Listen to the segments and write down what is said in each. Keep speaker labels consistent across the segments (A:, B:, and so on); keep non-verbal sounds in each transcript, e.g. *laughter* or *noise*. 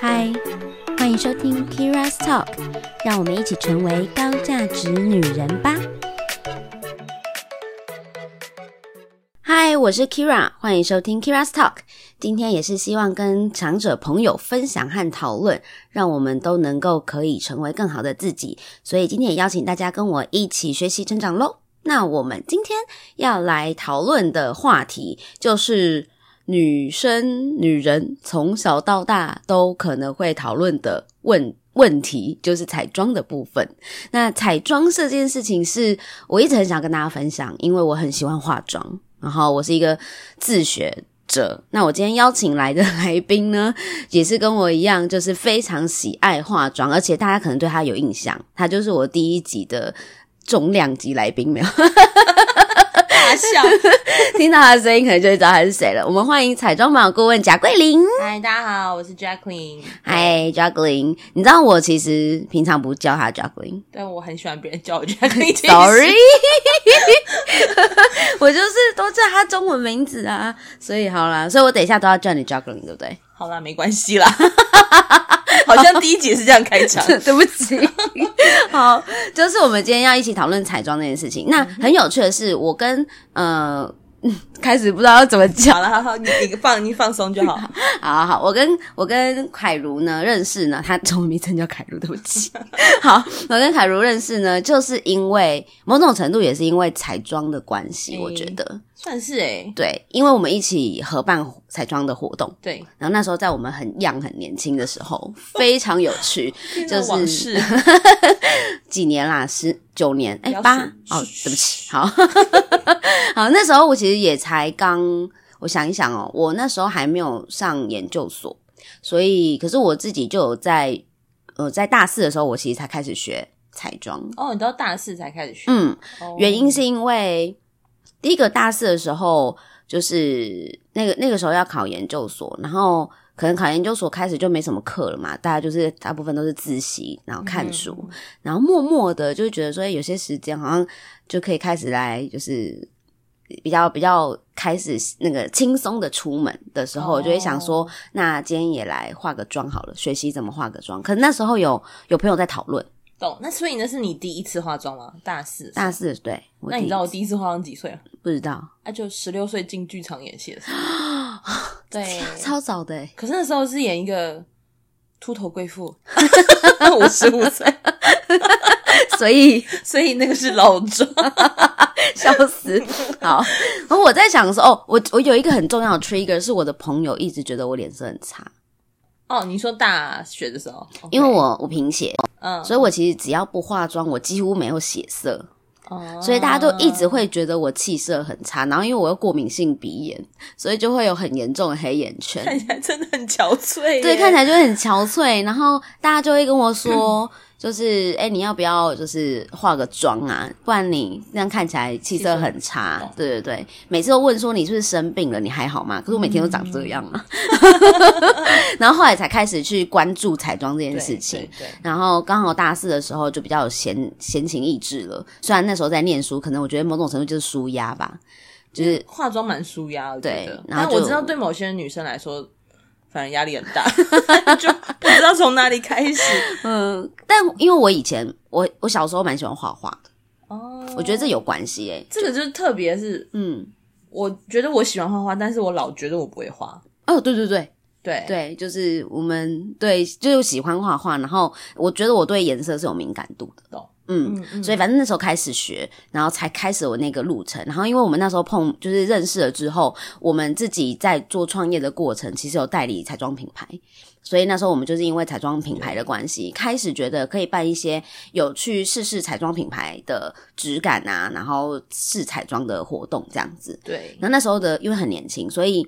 A: 嗨，欢迎收听 Kira's Talk，让我们一起成为高价值女人吧。嗨，我是 Kira，欢迎收听 Kira's Talk。今天也是希望跟长者朋友分享和讨论，让我们都能够可以成为更好的自己。所以今天也邀请大家跟我一起学习成长喽。那我们今天要来讨论的话题就是女生、女人从小到大都可能会讨论的问问题，就是彩妆的部分。那彩妆这件事情是我一直很想跟大家分享，因为我很喜欢化妆，然后我是一个自学。者，那我今天邀请来的来宾呢， *laughs* 也是跟我一样，就是非常喜爱化妆，而且大家可能对他有印象，他就是我第一集的重量级来宾，没有？ *laughs*
B: 大笑。
A: 听到他的声音，可能就会知道他是谁了。我们欢迎彩妆版顾问贾桂林。
B: 嗨，大家好，我是 Jacqueline。
A: 嗨，贾桂林，你知道我其实平常不叫他贾桂林
B: 但我很喜欢别人叫我 Jacqueline 这件事。
A: *laughs* ，sorry，我就是都叫他中文名字啊。所以好啦，所以我等一下都要叫你贾桂林，对不对？
B: *laughs* 好啦，没关系啦。 *laughs* 好像第一集是这样开
A: *laughs*
B: 场。
A: 啊对不起，好，就是我们今天要一起讨论彩妆这件事情。那很有趣的是，我跟呃，嗯开始不知道要怎么讲。
B: 好了，好好，你你放你放松就
A: *laughs*
B: 好。
A: 好好好，我跟我跟凯如呢认识呢，她中文名称叫凯如，对不起。 *laughs* 好，我跟凯如认识呢，就是因为某种程度也是因为彩妆的关系，
B: 诶
A: 我觉得
B: 算是哎，
A: 对，因为我们一起合办彩妆的活动，
B: 对，
A: 然后那时候在我们很young 很年轻的时候，非常有趣，就
B: 往
A: *laughs* 是
B: 事。
A: 几年啦，十九年，哎、
B: 不要
A: 八
B: 数
A: 哦，对不起，好 *laughs* 好，那时候我其实也才刚，我想一想哦，我那时候还没有上研究所，所以可是我自己就有在呃在大四的时候，我其实才开始学彩妆，
B: 哦，你到大四才开始学，
A: 嗯，
B: 哦
A: 原因是因为第一个大四的时候，就是那个那个时候要考研究所，然后可能考研究所开始就没什么课了嘛，大家就是大部分都是自习，然后看书，
B: 嗯
A: 然后默默的就觉得说，诶哎有些时间好像就可以开始来，就是比较比较开始那个轻松的出门的时候，
B: 哦
A: 我就会想说，那今天也来化个妆好了，学习怎么化个妆。可是那时候有有朋友在讨论
B: 懂。那所以那是你第一次化妆吗？大四。
A: 大。四，对，我
B: 那
A: 第
B: 你
A: 一
B: 知道我第一次化妆几岁吗？
A: 不知道？
B: 那就十六岁进剧场演戏的时候。
A: *laughs*
B: 对，
A: 超早的、欸，
B: 可是那时候是演一个秃头贵妇， *laughs* 我十五岁，
A: 所以
B: 所以那个是老妆。
A: 笑死。好，然后我在想说，哦，我我有一个很重要的 trigger 是我的朋友一直觉得我脸色很差，
B: *laughs* 哦，你说大学的时候，
A: 因为我我贫血，
B: 嗯，
A: 所以我其实只要不化妆，我几乎没有血色，
B: 哦
A: 所以大家都一直会觉得我气色很差。然后因为我又过敏性鼻炎，所以就会有很严重的黑眼圈。
B: 看起来真的很憔悴，
A: 对，看起
B: 来
A: 来就会很憔悴，然后大家就会跟我
B: *laughs*
A: 说，就是哎、诶你要不要就是化个妆啊？不然你这样看起来气色很差
B: 气色很。
A: 对对对，每次都问说你是不是生病了，你还好
B: 嗯
A: 吗？可是我每天都长这样
B: *laughs*
A: 啊。 *laughs* 然后后来才开始去关注彩妆这件事情。，
B: 对，
A: 然后刚好大四的时候就比较有闲闲情逸致了，虽然那时候在念书，可能我觉得某种程度就是舒压吧，就是
B: 化妆蛮舒压，我觉
A: 对
B: 得
A: 然后
B: 但
A: 就
B: 我知道对某些女生来说。反正压力很大， *laughs* 就不知道从哪里开始。
A: 嗯，但因为我以前我我小时候蛮喜欢画画的，
B: 哦，
A: 我觉得这有关系诶、
B: 这个就是特别是，
A: 嗯，
B: 我觉得我喜欢画画，但是我老觉得我不会画。
A: 哦，对对对
B: 对
A: 对，就是我们对就是喜欢画画，然后我觉得我对颜色是有敏感度的，
B: 懂
A: 嗯。
B: 嗯嗯
A: 所以反正那时候开始学，然后才开始我那个路程。然后因为我们那时候碰就是认识了之后，我们自己在做创业的过程，其实有代理彩妆品牌，所以那时候我们就是因为彩妆品牌的关系，开始觉得可以办一些有去试试彩妆品牌的质感啊，然后试彩妆的活动这样子。
B: 对
A: 然后那时候的因为很年轻，所以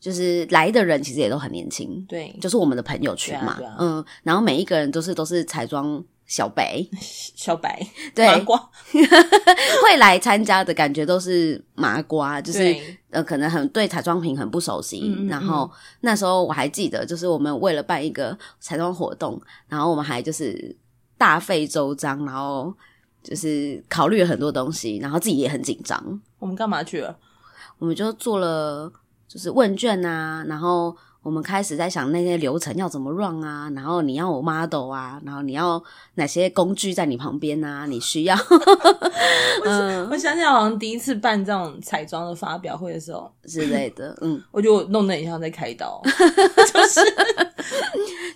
A: 就是来的人其实也都很年轻，
B: 对，
A: 就是我们的朋友圈嘛，
B: 对啊对啊
A: 嗯，然后每一个人都是都是彩妆小
B: *laughs*
A: 白，
B: 小白
A: *laughs* 对，
B: 麻瓜，
A: *laughs* 会来参加的感觉都是麻瓜，就是
B: 对
A: 呃，可能很对彩妆品很不熟悉。
B: 嗯嗯嗯
A: 然后那时候我还记得，就是我们为了办一个彩妆活动，然后我们还就是大费周章，然后就是考虑了很多东西，然后自己也很紧张。
B: 我们干嘛去了？
A: 我们就做了就是问卷啊，然后我们开始在想那些流程要怎么 run 啊，然后你要有 model 啊，然后你要哪些工具在你旁边啊，你需要嗯
B: 我想起来，好像第一次办这种彩妆的发表会的时候，
A: 之类的，嗯，
B: 我觉得我弄得很像在开
A: *laughs*
B: 刀，就是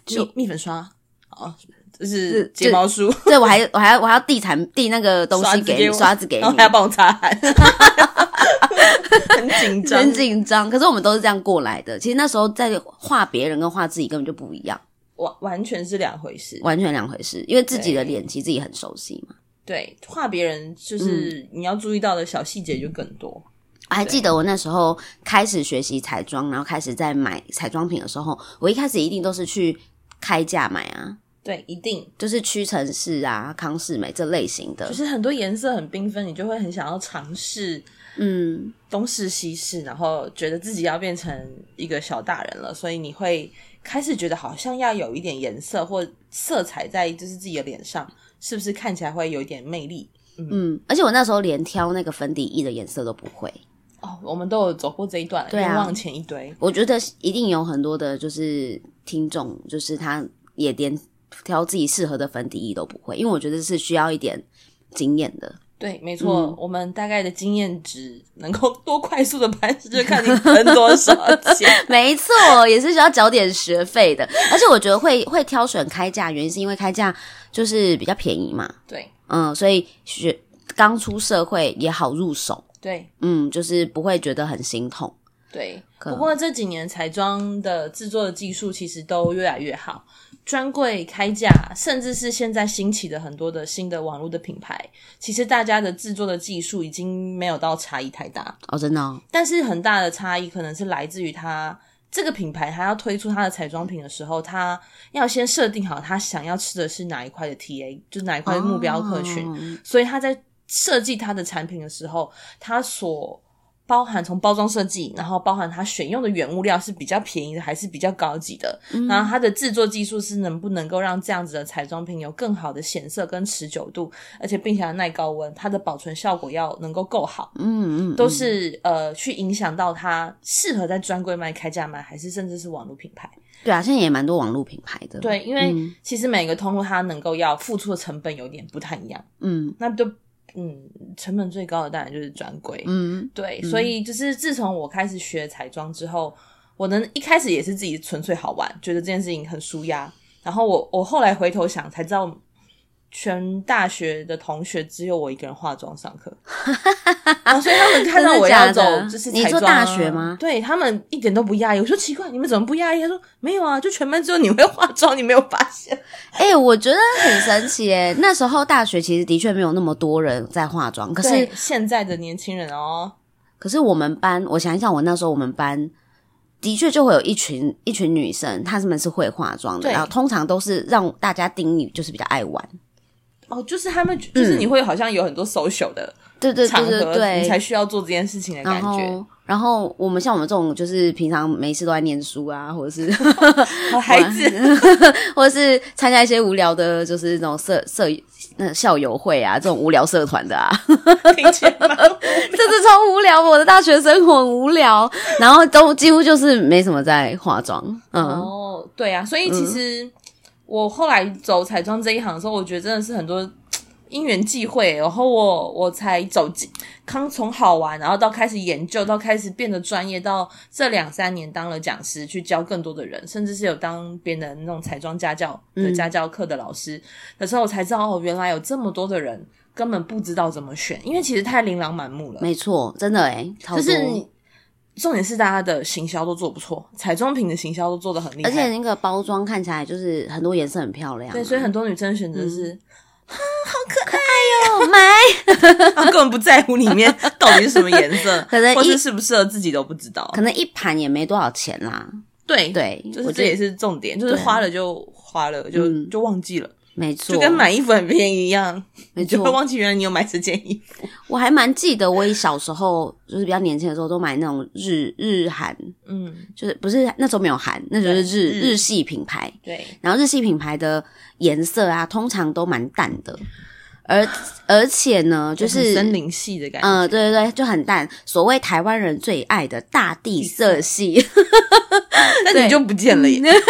A: 就
B: 蜜蜜粉刷，哦，就是
A: 是
B: 睫毛梳， *laughs*
A: 对我还我还我还要递产递那个东
B: 刷
A: 西
B: 子
A: 给你，
B: 我
A: 刷子
B: *laughs*
A: 给你
B: 然后，还要帮我擦
A: *laughs*
B: 汗，很紧张
A: 真。紧张。可是我们都是这样过来的，其实那时候在画别人跟画自己根本就不一样，
B: 完完全是两回事。
A: 完全两回事，因为自己的
B: 对
A: 脸其实自己很熟悉嘛。
B: 对，画别人
A: 嗯
B: 就是你要注意到的小细节就更多。
A: 我还记得我那时候开始学习彩妆，然后开始在买彩妆品的时候，我一开始一定都是去开价买啊，
B: 对，一定
A: 就是屈臣氏啊、康士美这类型的
B: 就。是很多颜色很缤纷，你就会很想要尝试
A: 嗯，
B: 东试西试，然后觉得自己要变成一个小大人了，所以你会开始觉得好像要有一点颜色或色彩在就是自己的脸上，是不是看起来会有一点魅力？
A: 嗯，而且我那时候连挑那个粉底液的颜色都不会。
B: 哦，我们都有走过这一段了，
A: 对啊
B: 冤枉钱一堆。
A: 我觉得一定有很多的，就是听众，就是他也连挑自己适合的粉底液都不会，因为我觉得是需要一点经验的。
B: 对，没错，
A: 嗯
B: 我们大概的经验值能够多快 *laughs* 速的攀升，就看你分多少钱。 *laughs*
A: 没错，也是需要缴点学费的。而且我觉得会会挑选开价，原因是因为开价就是比较便宜嘛，
B: 对
A: 嗯，所以学刚出社会也好入手，
B: 对
A: 嗯，就是不会觉得很心痛。
B: 对，
A: 可
B: 不过这几年彩妆的制作的技术其实都越来越好，专柜开价，甚至是现在兴起的很多的新的网络的品牌，其实大家的制作的技术已经没有到差异太大，
A: 哦，真的哦，
B: 但是很大的差异可能是来自于它。这个品牌它要推出它的彩妆品的时候，它要先设定好它想要吃的是哪一块的 TA，就是哪一块的目标客群。
A: 哦
B: 所以他在设计他的产品的时候，他所包含从包装设计，然后包含他选用的原物料是比较便宜的还是比较高级的，然后它的制作技术是能不能够让这样子的彩妆品有更好的显色跟持久度，而且并且要耐高温，它的保存效果要能够够好，
A: 嗯嗯，
B: 都是呃去影响到它适合在专柜卖、开价卖，还是甚至是网络品牌。
A: 对啊，现在也蛮多网络品牌的，，
B: 对，因为其实每个通路它能够要付出的成本有点不太一样，
A: 嗯
B: 那就。嗯，成本最高的当然就是专柜，
A: 嗯，
B: 对，所以就是自从我开始学彩妆之后，我能一开始也是自己纯粹好玩，觉得这件事情很舒压。然后我我后来回头想才知道，全大学的同学只有我一个人化妆上
A: *laughs*
B: 课，然后所以他们看到我要走
A: 真的假的
B: 就是
A: 你
B: 彩
A: 说
B: 妆啊
A: 大学吗
B: 对他们一点都不讶异。我说奇怪，你们怎么不讶异？他说没有啊，就全班只有你会化妆，你没有发现？
A: 哎、我觉得很神奇
B: *laughs*
A: 耶！那时候大学其实的确没有那么多人在化妆，可是
B: 对现在的年轻人哦，
A: 可是我们班，我想一想，我那时候我们班的确就会有一群一群女生，她们是会化妆的，
B: 对
A: 然后通常都是让大家盯你，就是比较爱玩。
B: 哦，就是他们就是你会好像有很多 social 的。
A: 嗯对对
B: 场
A: 对
B: 合
A: 对
B: 你才
A: 对。
B: 需要做这件事情的感
A: 然
B: 觉，
A: 后，然后我们像我们这种，就是平常没事都在念书啊，或者是 *laughs*
B: 好哦孩子，
A: 或者是参加一些无聊的，就是那种社社那校友会啊，这种无聊社团的啊。
B: *laughs* 听起来蛮无
A: *laughs* 这是超无聊，我的大学生活很无聊，然后都几乎就是没什么在化妆，嗯，
B: 哦，对啊，所以其实我后来走彩妆这一行的时候，我觉得真的是很多嗯因缘际会，然后我我才走进刚从好玩，然后到开始研究，到开始变得专业，到这两三年当了讲师，去教更多的人，甚至是有当别人的那种彩妆家教的
A: 嗯
B: 家教课的老师的时候，我才知道哦，原来有这么多的人根本不知道怎么选，因为其实太琳琅满目了。
A: 没错，真的诶、超
B: 可
A: 多。
B: 是你重点是大家的行销都做得不错，彩妆品的行销都做得很厉害，
A: 而且那个包装看起来就是很多颜色很漂亮啊、
B: 对，所以很多女生选
A: 嗯
B: 择是， *laughs*
A: 哦买，
B: 她根本不在乎里
A: *laughs*
B: 面到底是什么颜色，
A: 可能
B: 或是
A: 一
B: 适不适合自己都不知道。
A: *laughs* 可能一盘也没多少钱啦，
B: 对，
A: 对，
B: 就
A: 我觉
B: 是这
A: 得
B: 也是重点，就是
A: 对啊
B: 花了就花了，就
A: 嗯
B: 就忘记了，
A: 没错，
B: 就跟买衣服很便宜一样，
A: 没
B: 你就会
A: 错。
B: 忘记原来你有买这件衣服。
A: 我还蛮记得，我以小时候就是比较年轻的时候，都买那种日日韩，
B: 嗯，
A: 就是不是那时候没有韩，那就是日
B: 对日
A: 日系品牌。
B: 对，
A: 然后日系品牌的颜色啊，通常都蛮淡的，而而且呢，就
B: 很
A: 是
B: 森林系的感觉。
A: 嗯，对对对，就很淡。所谓台湾人最爱的大地色系， *laughs*
B: 但你就不见了耶。
A: 嗯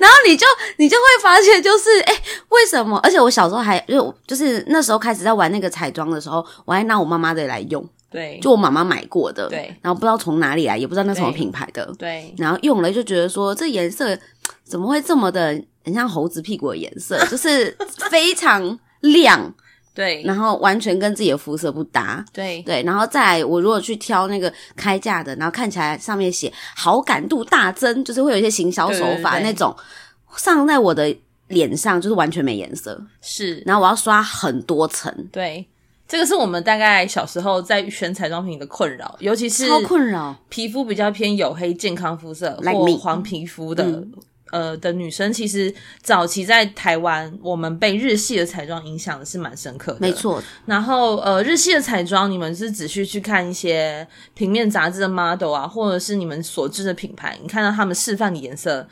A: 然后你就你就会发现，就是哎、为什么？而且我小时候还就就是那时候开始在玩那个彩妆的时候，我还拿我妈妈的来用，
B: *laughs* 对，
A: 就我妈妈买过的，
B: 对，
A: 然后不知道从哪里来，也不知道那什么
B: 对
A: 品牌的，
B: 对，
A: 然后用了就觉得说这颜色怎么会这么的很像猴子屁股的颜色，
B: *laughs*
A: 就是非常亮，
B: 对，
A: 然后完全跟自己的肤色不搭。
B: 对，
A: 对，然后再来，我如果去挑那个开价的，然后看起来上面写好感度大增，就是会有一些行销手法
B: 对对对
A: 那种，上在我的脸上就是完全没颜色，
B: 是，
A: 然后我要刷很多层，
B: 对。这个是我们大概小时候在选彩妆品的困扰，尤其是
A: 超困扰。
B: 皮肤比较偏黝黑健康肤色
A: Like
B: 或
A: me 嗯
B: 黄皮肤的、呃的女生，其实早期在台湾，我们被日系的彩妆影响的是蛮深刻的。
A: 没。错，
B: 然后呃，日系的彩妆，你们是只需去看一些平面杂志的 model 啊，或者是你们所知的品牌，你看到他们示范的颜色。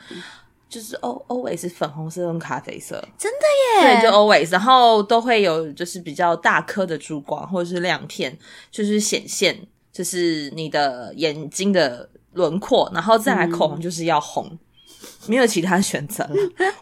B: 就是 O always 粉红色跟咖啡色，
A: 真
B: 的耶，对，就 always，然后都会有就是比较大颗的珠光或者是亮片，就是显现就是你的眼睛的轮廓，然后
A: 嗯
B: 再来口红就是要红，没有其他选择了。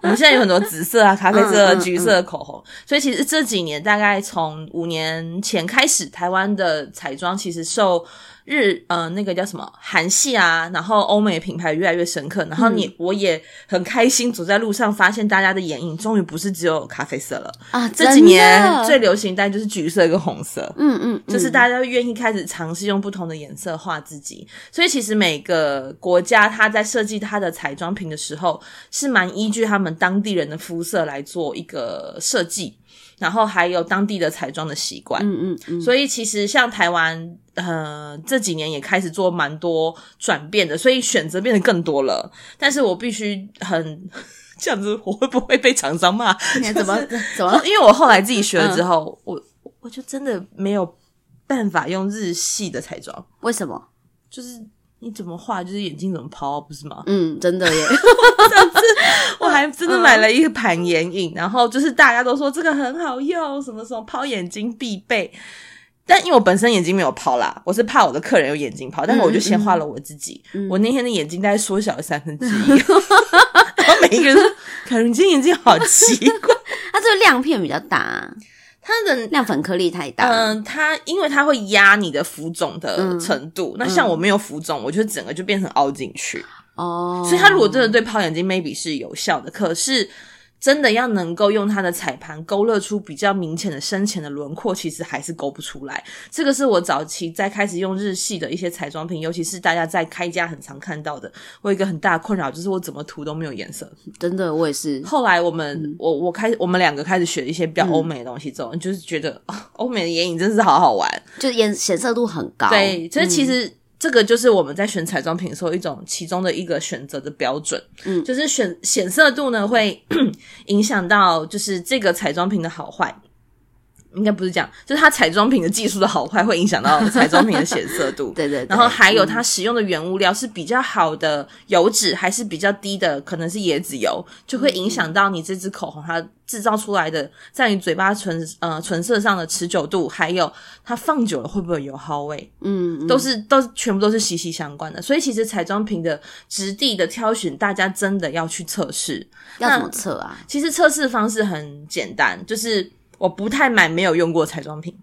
B: 我们现在有很多紫色啊、咖啡色、
A: 嗯嗯
B: *laughs* 橘色的口红，所以其实这几年大概从五年前开始，台湾的彩妆其实受日呃那个叫什么韩系啊，然后欧美品牌越来越深刻，然后你、
A: 嗯
B: 我也很开心走在路上，发现大家的眼影终于不是只有咖啡色了，
A: 啊，
B: 这几年
A: 真
B: 最
A: 的
B: 流行但就是橘色跟红色，
A: 嗯嗯，
B: 就是
A: 家
B: 大家会愿意开始尝试用不同的颜色画自己，所以其实每个国家它在设计它的彩妆品的时候，是蛮依据他们当地人的肤色来做一个设计，然后还有当地的彩妆的习惯。
A: 嗯嗯嗯，
B: 所以其实像台湾，呃，这几年也开始做蛮多转变的，所以选择变得更多了。但是我必须很 *laughs* 这样子，我会不会被厂商骂？
A: 你看怎么怎
B: 哦
A: 么
B: 因为我后来自己学了之后，我我就真的没有办法用日系的彩妆，
A: 为什么？
B: 就是你怎么画，就是眼睛怎么抛，不是吗？
A: 嗯，真的
B: *laughs*
A: 耶，
B: 我还真的买了一盘眼影，然后就是大家都说这个很好用，什么什么抛眼睛必备。但因为我本身眼睛没有抛啦，我是怕我的客人有眼睛抛，但是我就先画了我自己。我那天的眼睛大概缩小了三分之 *laughs* 一，然后每一个人都 *laughs* 说：“凯伦，你今天眼睛好奇怪。
A: 它这个亮片比较大啊，”
B: 他的
A: 亮粉颗粒太大，
B: 嗯，它因为它会压你的浮肿的程度，那像我没有浮肿，我就整个就变成凹进去。
A: 哦，
B: 所以它如果真的对泡眼睛，maybe 是有效的，可是真的要能够用它的彩盘勾勒出比较明显的深浅的轮廓，其实还是勾不出来。这个是我早期在开始用日系的一些彩妆品，尤其是大家在开家很常看到的，我有一个很大的困扰就是我怎么涂都没有颜色。
A: 真的我也是，
B: 后来我们、我我开始我们两个开始学一些比较欧美的东西之后，就是觉得哦欧美的眼影真是好好玩。
A: 就颜显色度很高，
B: 对，所以
A: 嗯
B: 其实这个就是我们在选彩妆品的时候一种其中的一个选择的标准，
A: 嗯
B: 就是选显色度呢会 *clears throat* 影响到就是这个彩妆品的好坏。应该不是这样，就是它彩妆品的技术的好坏会影
A: *laughs*
B: 响到彩妆品的显色度。
A: 嗯对对对
B: 然后还有它使用的原物料是比较好的油脂，还是比较低的，可能是椰子油，就
A: 嗯
B: 会影响到你这支口红它制造出来的在你嘴巴唇呃唇色上的持久度，还有它放久了会不会有油耗味，
A: 嗯，嗯
B: 都是都是全部都是息息相关的。所以其实彩妆品的质地的挑选，大家真的要去测试。
A: 要怎么测啊？
B: 其实测试方式很简单，就是我不太买没有用过的彩妆品，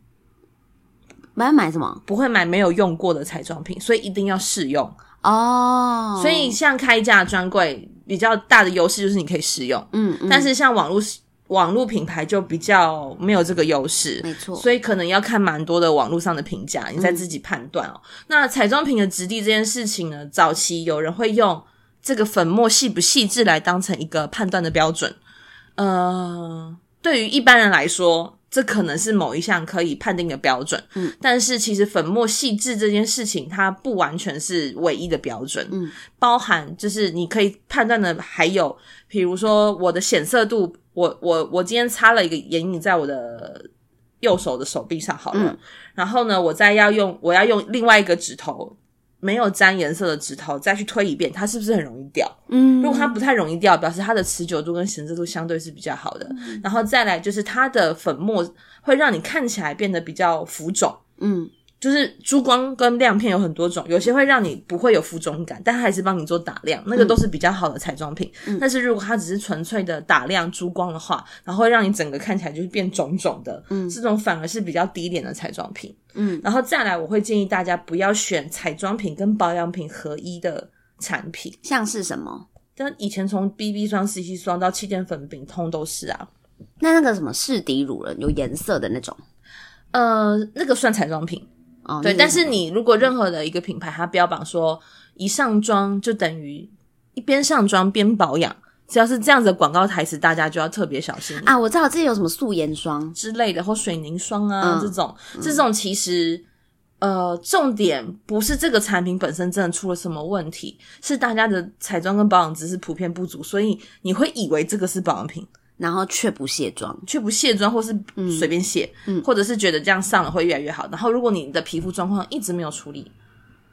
A: 我要买什么？
B: 不会买没有用过的彩妆品，所以一定要试用。
A: 哦，
B: 所以像开价专柜比较大的优势就是你可以试用，
A: 嗯，嗯
B: 但是像网络网络品牌就比较没有这个优势，
A: 没错，
B: 所以可能要看蛮多的网络上的评价，你再自己判断
A: 嗯
B: 哦。那彩妆品的质地这件事情呢，早期有人会用这个粉末细不细致来当成一个判断的标准。呃，对于一般人来说，这可能是某一项可以判定的标准。
A: 嗯，
B: 但是其实粉末细致这件事情，它不完全是唯一的标准。
A: 嗯，
B: 包含就是你可以判断的，还有比如说我的显色度，我我我今天擦了一个眼影在我的右手的手臂上好了，
A: 嗯
B: 然后呢，我再要用我要用另外一个指头没有沾颜色的指头再去推一遍，它是不是很容易掉？
A: 嗯，
B: 如果它不太容易掉，表示它的持久度跟闲置度相对是比较好的。
A: 嗯
B: 然后再来就是它的粉末会让你看起来变得比较浮肿，
A: 嗯
B: 就是珠光跟亮片有很多种，有些会让你不会有浮肿感，但它还是帮你做打亮，那个都是比较好的彩妆品。但是如果它只是纯粹的打亮珠光的话，然后会让你整个看起来就是变肿肿的，嗯，这种反而是比较低廉的彩妆品。
A: 嗯，
B: 然后再来，我会建议大家不要选彩妆品跟保养品合一的产品。
A: 像是什么？
B: 但以前从 BB 霜、CC 霜到气垫粉饼，通都是啊。
A: 那那个什么士迪乳了，有颜色的那种
B: 呃，那个算彩妆品，
A: 哦。
B: 对。
A: 那个
B: 但是你如果任何的一个品牌，它标榜说一上妆就等于一边上妆边保养，只要是这样子的广告台词，大家就要特别小心
A: 啊，我知道这有什么素颜霜，
B: 之类的，或水凝霜啊、
A: 嗯
B: 这种，这种其实。呃，重点不是这个产品本身真的出了什么问题，是大家的彩妆跟保养知识普遍不足，所以你会以为这个是保养品，
A: 然后却不卸妆。
B: 却不卸妆，或是随便卸，
A: 嗯
B: 或者是觉得这样上了会越来越好。然后，如果你的皮肤状况一直没有处理，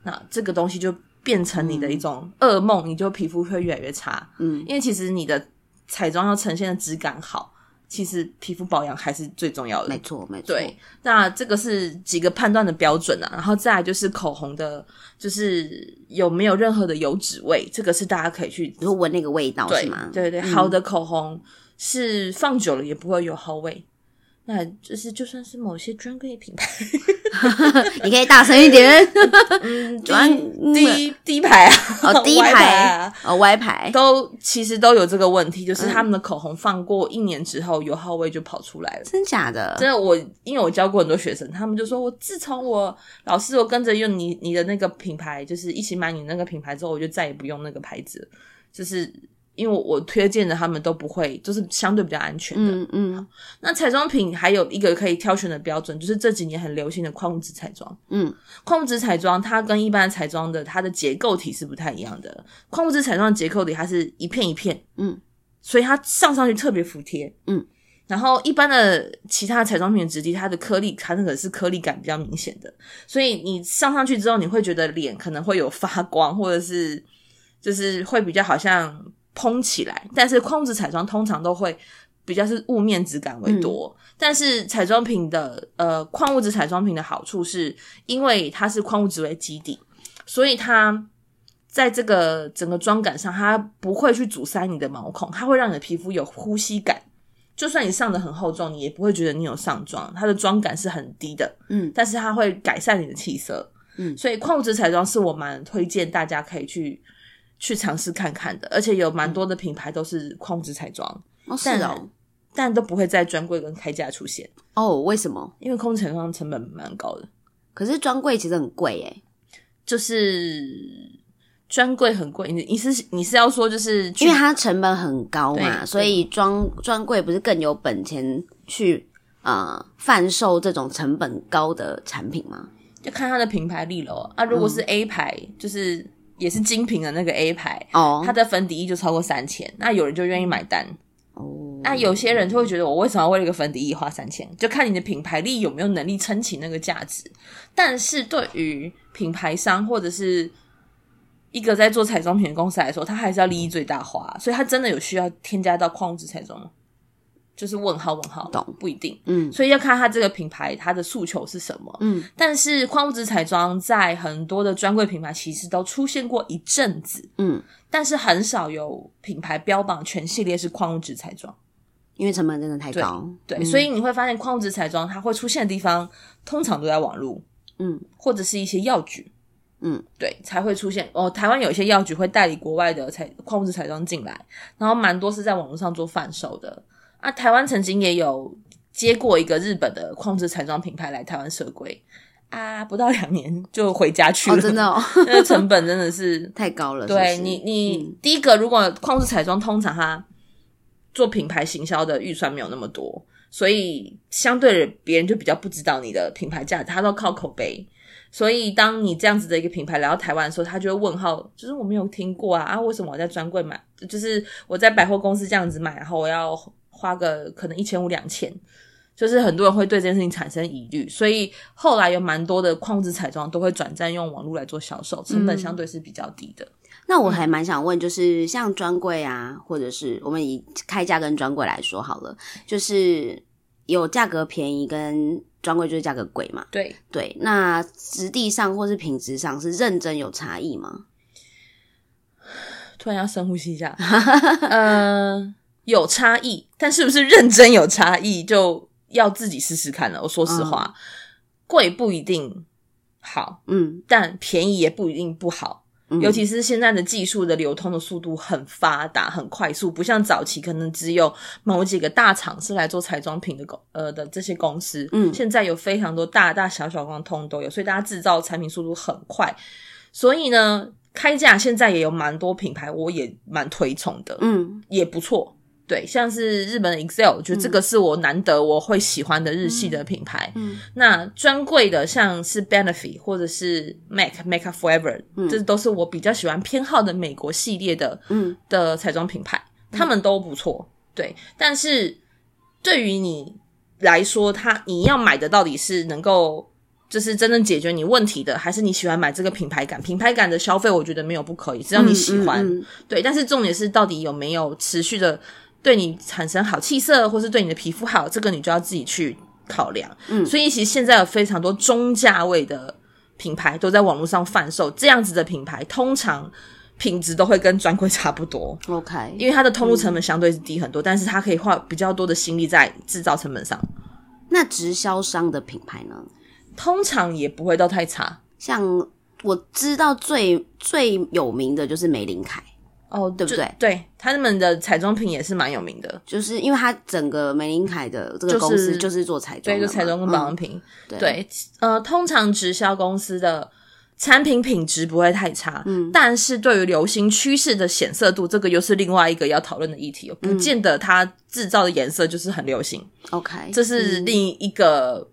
B: 那这个东西就变成你的一种噩梦，你就皮肤会越来越差。
A: 嗯，
B: 因为其实你的彩妆要呈现的质感好，其实皮肤保养还是最重要的
A: 没。错，没错。
B: 对，，那这个是几个判断的标准啊，然后再来就是口红的，就是有没有任何的油脂味，这个是大家可以去
A: 你说闻那个味道
B: 对
A: 是吗？
B: 对对，
A: 嗯
B: 好的口红是放久了也不会有齁味。那就是，就算是某些专柜品牌，
A: 你可以大声一点。
B: *laughs* 就
A: 啊
B: 是
A: 嗯
B: 第一第一排啊，
A: *laughs*
B: *laughs*
A: 哦，第一
B: 歪
A: 排
B: 啊，
A: 哦，歪牌。
B: 都其实都有这个问题，
A: 嗯
B: 就是他们的口红放过一年之后，油耗味就跑出来了。
A: 真假的？
B: 真的，我因为我教过很多学生，他们就说我自从我老师我跟着用你你的那个品牌，就是一起买你那个品牌之后，我就再也不用那个牌子了，就是因为我我推荐的他们都不会，就是相对比较安全的。
A: 嗯嗯
B: 那彩妆品还有一个可以挑选的标准，就是这几年很流行的矿物质彩妆。
A: 嗯，
B: 矿物质彩妆它跟一般的彩妆的它的结构体是不太一样的。矿物质彩妆的结构体它是一片一片，
A: 嗯，
B: 所以它上上去特别服帖，
A: 嗯。
B: 然后一般的其他彩妆品的质地，它的颗粒，它那个是颗粒感比较明显的，所以你上上去之后，你会觉得脸可能会有发光，或者是就是会比较好像蓬起来。但是矿物质彩妆通常都会比较是雾面质感为多，但是彩妆品的呃矿物质彩妆品的好处是因为它是矿物质为基底，所以它。在这个整个妆感上，它不会去阻塞你的毛孔，它会让你的皮肤有呼吸感。就算你上的很厚重，你也不会觉得你有上妆，它的妆感是很低的。
A: 嗯
B: 但是它会改善你的气色。
A: 嗯
B: 所以矿物质彩妆是我蛮推荐大家可以去去尝试看看的，而且有
A: 嗯
B: 蛮多的品牌都是矿物质彩妆，
A: 哦，是
B: 但
A: 哦。
B: 但都不会在专柜跟开架出现，
A: 哦，为什么？
B: 因为矿物质彩妆成本蛮高的，
A: 可是专柜其实很贵
B: 嗯
A: 诶，
B: 就是专柜很贵。你你是你是要说就是去
A: 因为它成本很高嘛，
B: 对
A: 所以专专柜不是更有本钱去呃贩售这种成本高的产品吗？
B: 就看它的品牌力了哦啊？
A: 嗯
B: 如果是 A 牌，就是也是精品的那个 A 牌。
A: 哦
B: 它，的粉底液就超过三千，那有人就愿意买单，
A: 哦，
B: 那有些人就会觉得，我为什么要为了一个粉底液花三千？就看你的品牌力有没有能力撑起那个价值。但是对于品牌商或者是一个在做彩妆品的公司来说，它还是要利益最大化，所以它真的有需要添加到矿物质彩妆吗？就是问号问号，
A: 懂
B: 不一定。
A: 嗯
B: 所以要看它这个品牌它的诉求是什么。
A: 嗯，
B: 但是矿物质彩妆在很多的专柜品牌其实都出现过一阵子，
A: 嗯，
B: 但是很少有品牌标榜全系列是矿物质彩妆。
A: 因为成本真的太高，
B: 对，
A: 嗯
B: 所以你会发现矿物质彩妆它会出现的地方，通常都在网络，
A: 嗯，
B: 或者是一些药局，
A: 嗯，
B: 对，才会出现。哦，台湾有一些药局会代理国外的彩矿物质彩妆进来，然后蛮多是在网络上做贩售的。啊，台湾曾经也有接过一个日本的矿物质彩妆品牌来台湾设柜，啊，不到两年就回家去了，
A: 哦，真的，哦，
B: *laughs* 那个成本真的是
A: 太高了，是
B: 对
A: 不是
B: 你，你、
A: 嗯
B: 第一个，如果矿物质彩妆，通常它做品牌行销的预算没有那么多，所以相对的别人就比较不知道你的品牌价值，它都靠口碑。所以当你这样子的一个品牌来到台湾的时候，他就会问号，就是我没有听过啊啊，为什么我在专柜买，就是我在百货公司这样子买，然后我要花个可能一千五两千。就是很多人会对这件事情产生疑虑，所以后来有蛮多的矿物质彩妆都会转战用网络来做销售，成本相对是比较低的。
A: 那
B: 嗯
A: 我还蛮想问，就是像专柜啊，或者是我们以开价跟专柜来说好了，就是有价格便宜跟专柜就是价格贵嘛。
B: 对，
A: 对，那质地上或是品质上是认真有差异吗？
B: 突然要深呼吸一下，呃，有差异，但是不是认真有差异，就要自己试试看了。我说实话，贵、不一定好，
A: 嗯，
B: 但便宜也不一定不好。
A: 嗯
B: 尤其是现在的技术的流通的速度很发达、很快速，不像早期可能只有某几个大厂是来做彩妆品的公呃的这些公司，
A: 嗯
B: 现在有非常多大大小小光通都有，所以大家制造产品速度很快，所以呢，开价现在也有蛮多品牌，我也蛮推崇的，
A: 嗯
B: 也不错。对，像是日本的 Excel，我觉得这个是我难得我会喜欢的日系的品牌。
A: 嗯
B: 那专柜的像是 Benefit 或者是 Mac Make Up Forever，、
A: 嗯
B: 这都是我比较喜欢偏好的美国系列的
A: 嗯
B: 的彩妆品牌，他们都不错。对，但是对于你来说，它你要买的到底是能够就是真正解决你问题的，还是你喜欢买这个品牌感？品牌感的消费，我觉得没有不可以，只要你喜欢。
A: 嗯嗯
B: 对，但是重点是到底有没有持续的对你产生好气色，或是对你的皮肤好，这个你就要自己去考量。
A: 嗯
B: 所以其实现在有非常多中价位的品牌都在网络上贩售，这样子的品牌通常品质都会跟专柜差不多，
A: 嗯，OK，
B: 因为它的通路成本相对是低很多，但是它可以花比较多的心力在制造成本上，
A: 那直销商的品牌呢？
B: 通常也不会到太差。
A: 像我知道最最有名的就是玫琳凯，
B: 哦，对
A: 不对
B: 对，他们的彩妆品也是蛮有名的。
A: 就是因为它整个玫琳凯的这个公
B: 就
A: 司
B: 是
A: 就是做彩妆
B: 对，
A: 的
B: 就
A: 嘛，
B: 彩妆跟保养
A: 嗯
B: 品。
A: 对
B: 对，呃，通常直销公司的产品品质不会太差，
A: 嗯
B: 但是对于流行趋势的显色度，这个又是另外一个要讨论的议题哦。不见得它制造的颜色就是很流行，
A: 嗯，OK，
B: 这是另一个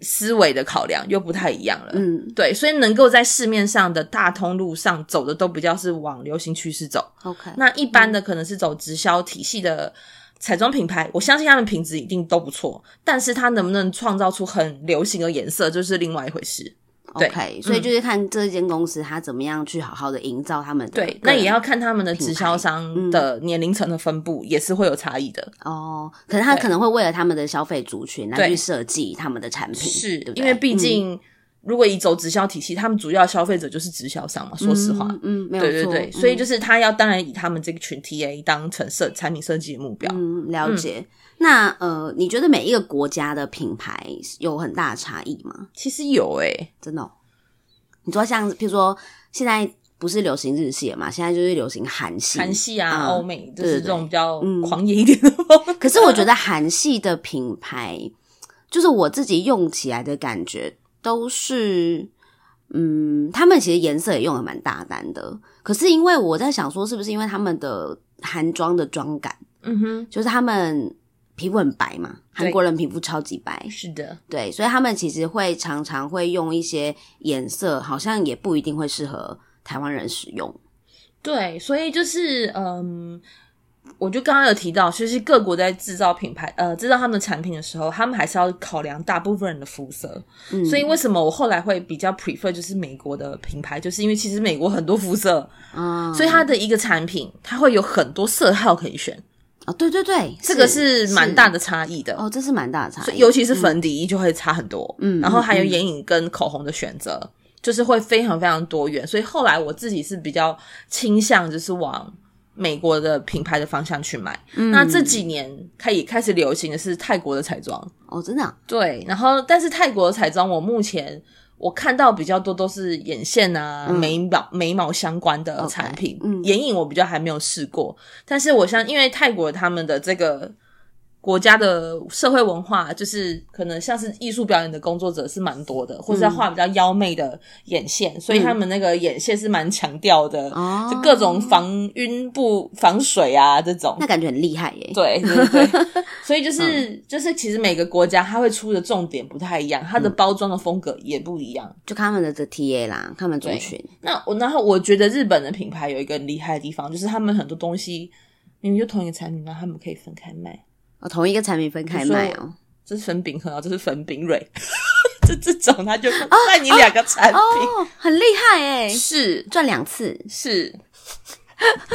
B: 思维的考量，又不太一样了。
A: 嗯
B: 对，所以能够在市面上的大通路上走的，都比较是往流行趋势走。
A: OK，
B: 那一般的可能是走直销体系的彩妆品牌，我相信他们品质一定都不错，但是它能不能创造出很流行的颜色，就是另外一回事。对嗯
A: OK，所以就是看这间公司它怎么样去好好的营造他们的个
B: 对
A: 人，
B: 那也要看他们的
A: 品牌嗯
B: 直销商的年龄层的分布，也是会有差异的。
A: 哦，可能他
B: 对
A: 可能会为了他们的消费族群来
B: 对
A: 去设计他们的产品，
B: 是
A: 对不对嗯
B: 因为毕竟、如果以走直销体系，他们主要消费者就是直销商嘛，说实话。
A: 嗯嗯，没有
B: 对对
A: 错，
B: 对，所以就是他要当然以他们这个群 TA 当成设产品设计的目标，
A: 嗯，了解。那呃，你觉得每一个国家的品牌有很大的差异吗？
B: 其实有欸诶、
A: 真的哦、你说像，譬如说现在不是流行日系了嘛，现在就是流行韩系，
B: 韩系
A: 嗯
B: 啊、欧、美，就
A: 对
B: 是
A: 对
B: 这
A: 对
B: 种比较
A: 嗯
B: 狂野一点的风格。
A: 可是我觉得韩系的品牌，就是我自己用起来的感觉都是，嗯，他们其实颜色也用的蛮大胆的。可是因为我在想说，是不是因为他们的韩妆的妆感，
B: 嗯哼，
A: 就是他们皮肤很白嘛，
B: 对
A: 韩国人皮肤超级白，
B: 是的，
A: 对，所以他们其实会常常会用一些颜色，好像也不一定会适合台湾人使用。
B: 对，所以就是嗯。我就刚刚有提到，就是各国在制造品牌，呃，制造他们的产品的时候，他们还是要考量大部分人的肤色。
A: 嗯，
B: 所以为什么我后来会比较 prefer 就是美国的品牌，就是因为其实美国很多肤色，
A: 啊，
B: 所以它的一个产品，它会有很多色号可以选，
A: 哦，对对对，
B: 这个是蛮大的差异的。
A: 哦，这是蛮大的差
B: 所以
A: 异，
B: 尤其是粉底液就会差很多，
A: 嗯
B: 然后还有
A: 嗯嗯
B: 眼影跟口红的选择，就是会非常非常多元。所以后来我自己是比较倾向就是往美国的品牌的方向去买。
A: 嗯
B: 那这几年开也开始流行的是泰国的彩妆，
A: 哦，真的啊、
B: 对，然后但是泰国的彩妆我目前。我看到比较多都是眼线啊、
A: 嗯
B: 眉毛、眉毛相关的产品
A: OK，嗯
B: 眼影我比较还没有试过，但是我相因为泰国他们的这个国家的社会文化，就是可能像是艺术表演的工作者是蛮多的，或
A: 嗯
B: 者在画比较妖媚的眼线，所以他们那个眼线是蛮强调的，
A: 哦
B: 就各种防晕布、防水啊这种
A: 那。感觉很厉害耶。
B: 对对
A: *laughs*
B: 对，对所以就是、
A: 嗯
B: 就是，其实每个国家它会出的重点不太一样，
A: 嗯
B: 它的包装的风格也不一样。
A: 就看他们的这 TA 啦，看他们族
B: 对
A: 群，
B: 那我然后我觉得日本的品牌有一个很厉害的地方，就是他们很多东西明明就同一个产品，然后他们可以分开卖。
A: 哦，同一个产品分开卖哦。
B: 这是粉饼很好，这是粉饼蕊，这这种他 *laughs* 就卖你两个产品，
A: 哦，很厉害哎，
B: 是
A: 赚两
B: *laughs*
A: 次。
B: 是，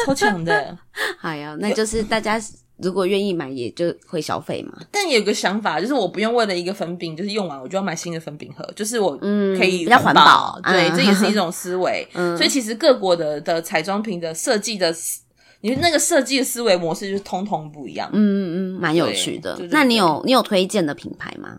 B: 超强的。
A: 哎呀，那就是大家如果愿意买，也就会消费
B: *laughs*
A: 嘛。
B: 但也有个想法，就是我不用为了一个粉饼，就是用完我就要买新的粉饼盒，就是我
A: 嗯
B: 可以
A: 比较环
B: 保
A: 保。
B: 对，
A: 嗯
B: 这也是一种思维。
A: 嗯
B: 所以其实各国的的彩妆品的设计的思，你那个设计的思维模式就是通通不一样。
A: 嗯嗯，蛮有趣的
B: 对对。对
A: 那你有你有推荐的品牌吗？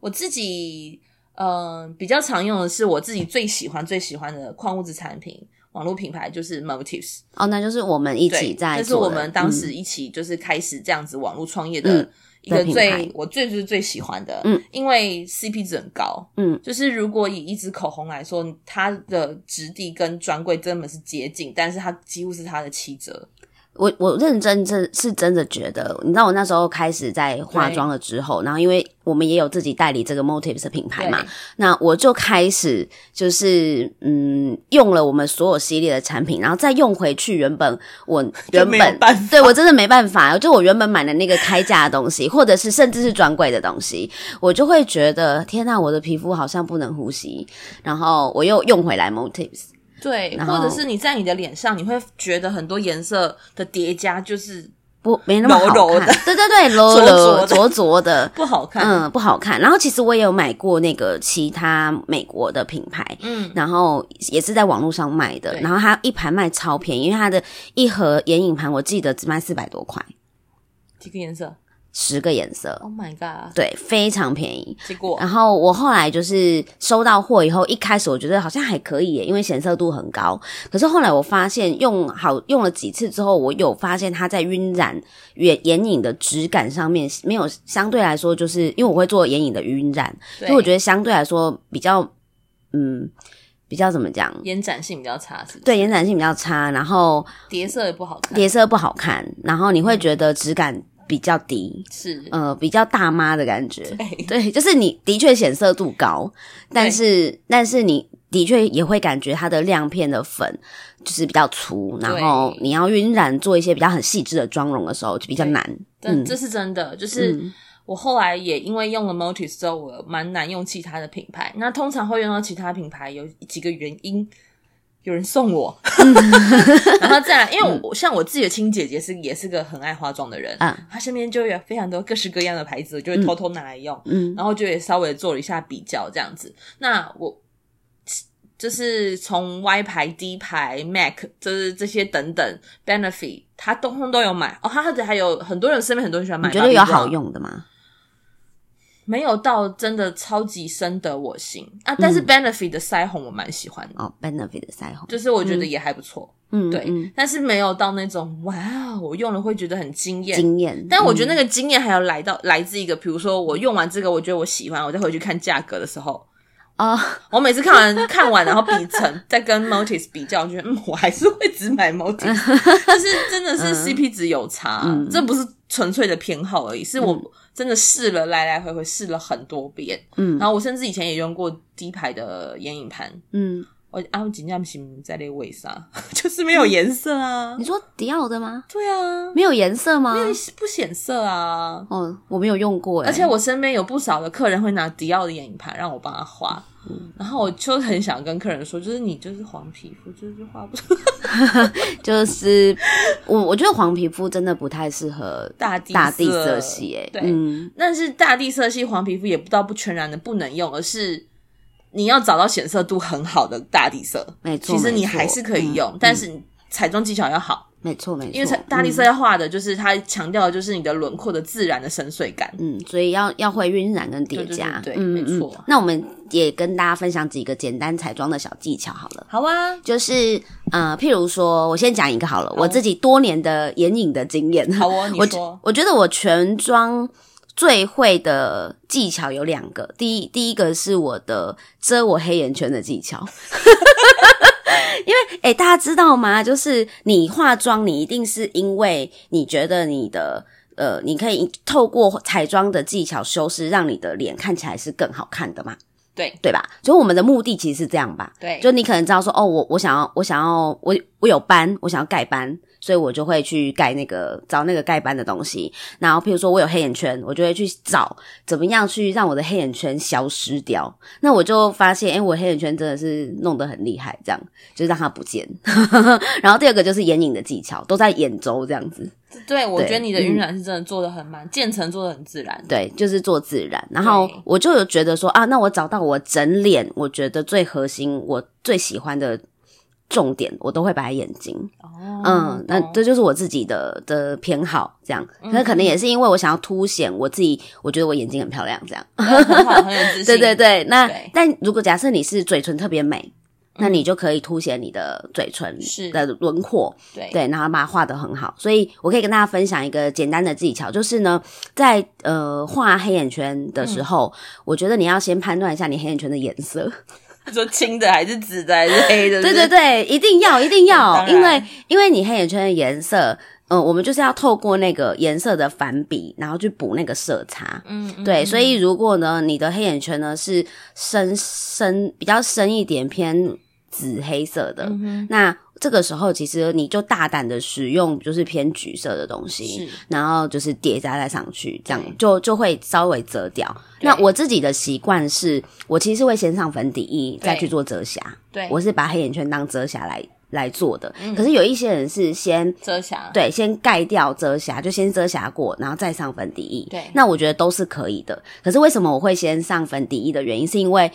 B: 我自己嗯、呃比较常用的是我自己最喜欢最喜欢的矿物质产品。网络品牌就是 Motives，
A: 哦，那就是我们一
B: 对，
A: 起在
B: 这是
A: 做的
B: 我们当
A: 嗯
B: 时一起就是开始这样子网络创业的
A: 嗯
B: 一个
A: 的品
B: 最、
A: 牌
B: 我最最最喜欢的，
A: 嗯，
B: 因为 CP 值很高，
A: 嗯，
B: 就是如果以一支口红来说，它的质地跟专柜根本是接近，但是它几乎是它的七折，
A: 我我认真真是真的觉得，你知道我那时候开始在化妆了之后，然后因为我们也有自己代理这个 Motives 的品牌
B: 对
A: 嘛，那我就开始就是嗯用了我们所有系列的产品，然后再用回去原本我原
B: 没有
A: 本
B: 办法
A: 对我真的没办法，就我原本买的那个开价的东西，或者是甚至是专柜的东西，我就会觉得天呐，我的皮肤好像不能呼吸，然后我又用回来 Motives，
B: 对，
A: 然
B: 或者
A: 后
B: 是你在你的脸上，你会觉得很多颜色的叠加就是
A: 不没那么好看，
B: 柔柔的
A: 对对对，柔柔
B: *laughs* 灼灼的
A: 灼灼的。
B: 不好看，
A: 嗯，不好看。然后其实我也有买过那个其他美国的品牌，
B: 嗯
A: 然后也是在网络上卖的。
B: 对
A: 然后它一盘卖超便宜，因为它的一盒眼影盘我记得只卖四百多块，
B: 几个颜色
A: 十个颜色，
B: ，Oh my god，
A: 对，非常便宜。
B: 结果
A: 然后我后来就是收到货以后，一开始我觉得好像还可以耶，因为显色度很高。可是后来我发现用好用了几次之后，我有发现它在晕染眼眼影的质感上面没有相对来说，就是因为我会做眼影的晕染，所以我觉
B: 得
A: 得相对来说比较嗯比较怎么讲，
B: 延展性比较差，是不是
A: 对延展性比较差，然后
B: 叠色也不好看，
A: 叠色不好看，然后你
B: 嗯
A: 会觉得质感比较低，
B: 是，
A: 呃，比较大妈的感觉。
B: 对
A: 对，就是你的确显色度高，但是但是你的确也会感觉它的亮片的粉就是比较粗，然后
B: 对
A: 你要晕染做一些比较很细致的妆容的时候就比较
B: 对
A: 难。
B: 但
A: 嗯
B: 这是真的，就是。我后来也因为用了 Motives 之后，我蛮难用其他的品牌。那通常会用到其他品牌，有几个原因。有人送我，然后再来，因为我像我自己的亲姐姐是也是个很爱化妆的人，
A: 嗯
B: 她身边就有非常多各式各样的牌子，我就会偷偷拿来用，
A: 嗯
B: 然后就也稍微做了一下比较这样子。那我就是从 Y 牌、D 牌、MAC，就是这些等等 Benefit，她通通都有买哦。她还有很多人身边很多人喜欢买
A: 你
B: 芭
A: 觉
B: 比
A: 得
B: Brown，
A: 有好用的吗？
B: 没有到真的超级深得我心啊，
A: 嗯
B: 但是 Benefit 的腮红我蛮喜欢的，
A: 哦，Benefit 的腮红，
B: 就是我觉得也还不错，
A: 嗯，
B: 对，
A: 嗯
B: 但是没有到那种哇，哦，我用了会觉得很惊艳。
A: 惊艳。
B: 但我觉得
A: 嗯
B: 那个惊艳还要来到来自一个，比如说我用完这个，我觉得我喜欢，我再回去看价格的时候，
A: 哦，
B: 我每次看完看完，然后比成， *laughs* 再跟 Motis 比较，我觉得嗯，我还是会只买
A: *laughs*
B: Motis，但是真的是 CP 值有差，
A: 嗯
B: 这不是纯粹的偏好而已，是我真的试了来来回回试了很多遍，
A: 嗯
B: 然后我甚至以前也用过低牌的眼影盘，
A: 嗯，
B: 我啊，我尽量行在那为啥，啊 *laughs* 就是没有颜色啊
A: 你，说迪奥的吗？
B: 对啊，
A: 没有颜色吗
B: 因？为不显色啊。
A: 哦，我没有用过欸，
B: 而且我身边有不少的客人会拿迪奥的眼影盘让我帮他画，
A: 嗯
B: 然后我就很想跟客人说，就是你就是黄皮肤，就是画不出
A: 就是我我觉得黄皮肤真的不太适合
B: 大地
A: 大地
B: 色
A: 色系，哎，
B: 对
A: 嗯
B: 但是大地色系黄皮肤也不到不全然的不能用，而是你要找到显色度很好的大地色，
A: 没错
B: 其实你
A: 没错
B: 还是可以用，
A: 嗯
B: 但是你彩妆技巧要好，
A: 没错没错，嗯
B: 因为彩大地色要画的就是它强调的就是你的轮廓的自然的深邃感。
A: 嗯，所以要要会晕染跟叠加，
B: 对对对对
A: 嗯
B: 没
A: 嗯
B: 错
A: 那我们也跟大家分享几个简单彩妆的小技巧好了。
B: 好啊，
A: 就是呃，譬如说，我先讲一个好了，我自己多年的眼影的经验。
B: 好哦，你
A: 我
B: 说，
A: 我觉得我全妆最会的技巧有两个，第一第一个是我的遮我黑眼圈的技巧。 *laughs* 因为，诶、大家知道吗？就是你化妆，你一定是因为你觉得你的呃，你可以透过彩妆的技巧修饰，让你的脸看起来是更好看的嘛，
B: 对
A: 对吧？所以我们的目的其实是这样吧？
B: 对，
A: 就你可能知道说，哦，我我想要我想要我我有斑，我想要盖斑，所以我就会去盖那个找那个盖斑的东西。然后，譬如说我有黑眼圈，我就会去找怎么样去让我的黑眼圈消失掉。那我就发现，哎、我黑眼圈真的是弄得很厉害，这样就是让它不见。 *laughs* 然后第二个就是眼影的技巧，都在眼周这样子。
B: 对，我
A: 对嗯
B: 觉得你的晕染是真的做的很慢，渐层做的很自然。
A: 对，就是做自然。然后
B: 对
A: 我就有觉得说啊，那我找到我整脸，我觉得最核心、我最喜欢的重点，我都会摆在眼睛。
B: 哦，
A: 嗯，那
B: 懂
A: 这就是我自己的的偏好，这样。
B: 嗯
A: 那可能也是因为我想要凸显我自己，我觉得我眼睛很漂亮，这样。
B: 嗯很好，很有自信。
A: *laughs* 对对对，那
B: 对嗯
A: 但如果假设你是嘴唇特别美，那你就可以凸显你的嘴唇
B: 是
A: 的轮廓。
B: 对
A: 对，然后把它画得很好，所以我可以跟大家分享一个简单的技巧，就是呢，在呃画黑眼圈的
B: 嗯
A: 时候，我觉得你要先判断一下你黑眼圈的颜色。
B: 你说青的还是紫的还是黑的？
A: 哎对对对，一定要一定要，
B: 当然
A: 因为因为你黑眼圈的颜色，嗯、我们就是要透过那个颜色的反比，然后去补那个色差。
B: 嗯，嗯，
A: 对，所以如果呢，你的黑眼圈呢是深深比较深一点，偏紫黑色的，
B: 嗯哼，
A: 那这个时候，其实你就大胆的使用就是偏橘色的东西，
B: 是
A: 然后就是叠加在上去，这
B: 对
A: 样就就会稍微遮掉。
B: 对
A: 那我自己的习惯是，我其实会先上粉底液，
B: 对
A: 再去做遮瑕。
B: 对，
A: 我是把黑眼圈当遮瑕来来做的。
B: 嗯
A: 可是有一些人是先
B: 遮瑕，
A: 对，先盖掉遮瑕，就先遮瑕过，然后再上粉底液。
B: 对
A: 那我觉得都是可以的。可是为什么我会先上粉底液的原因，是因为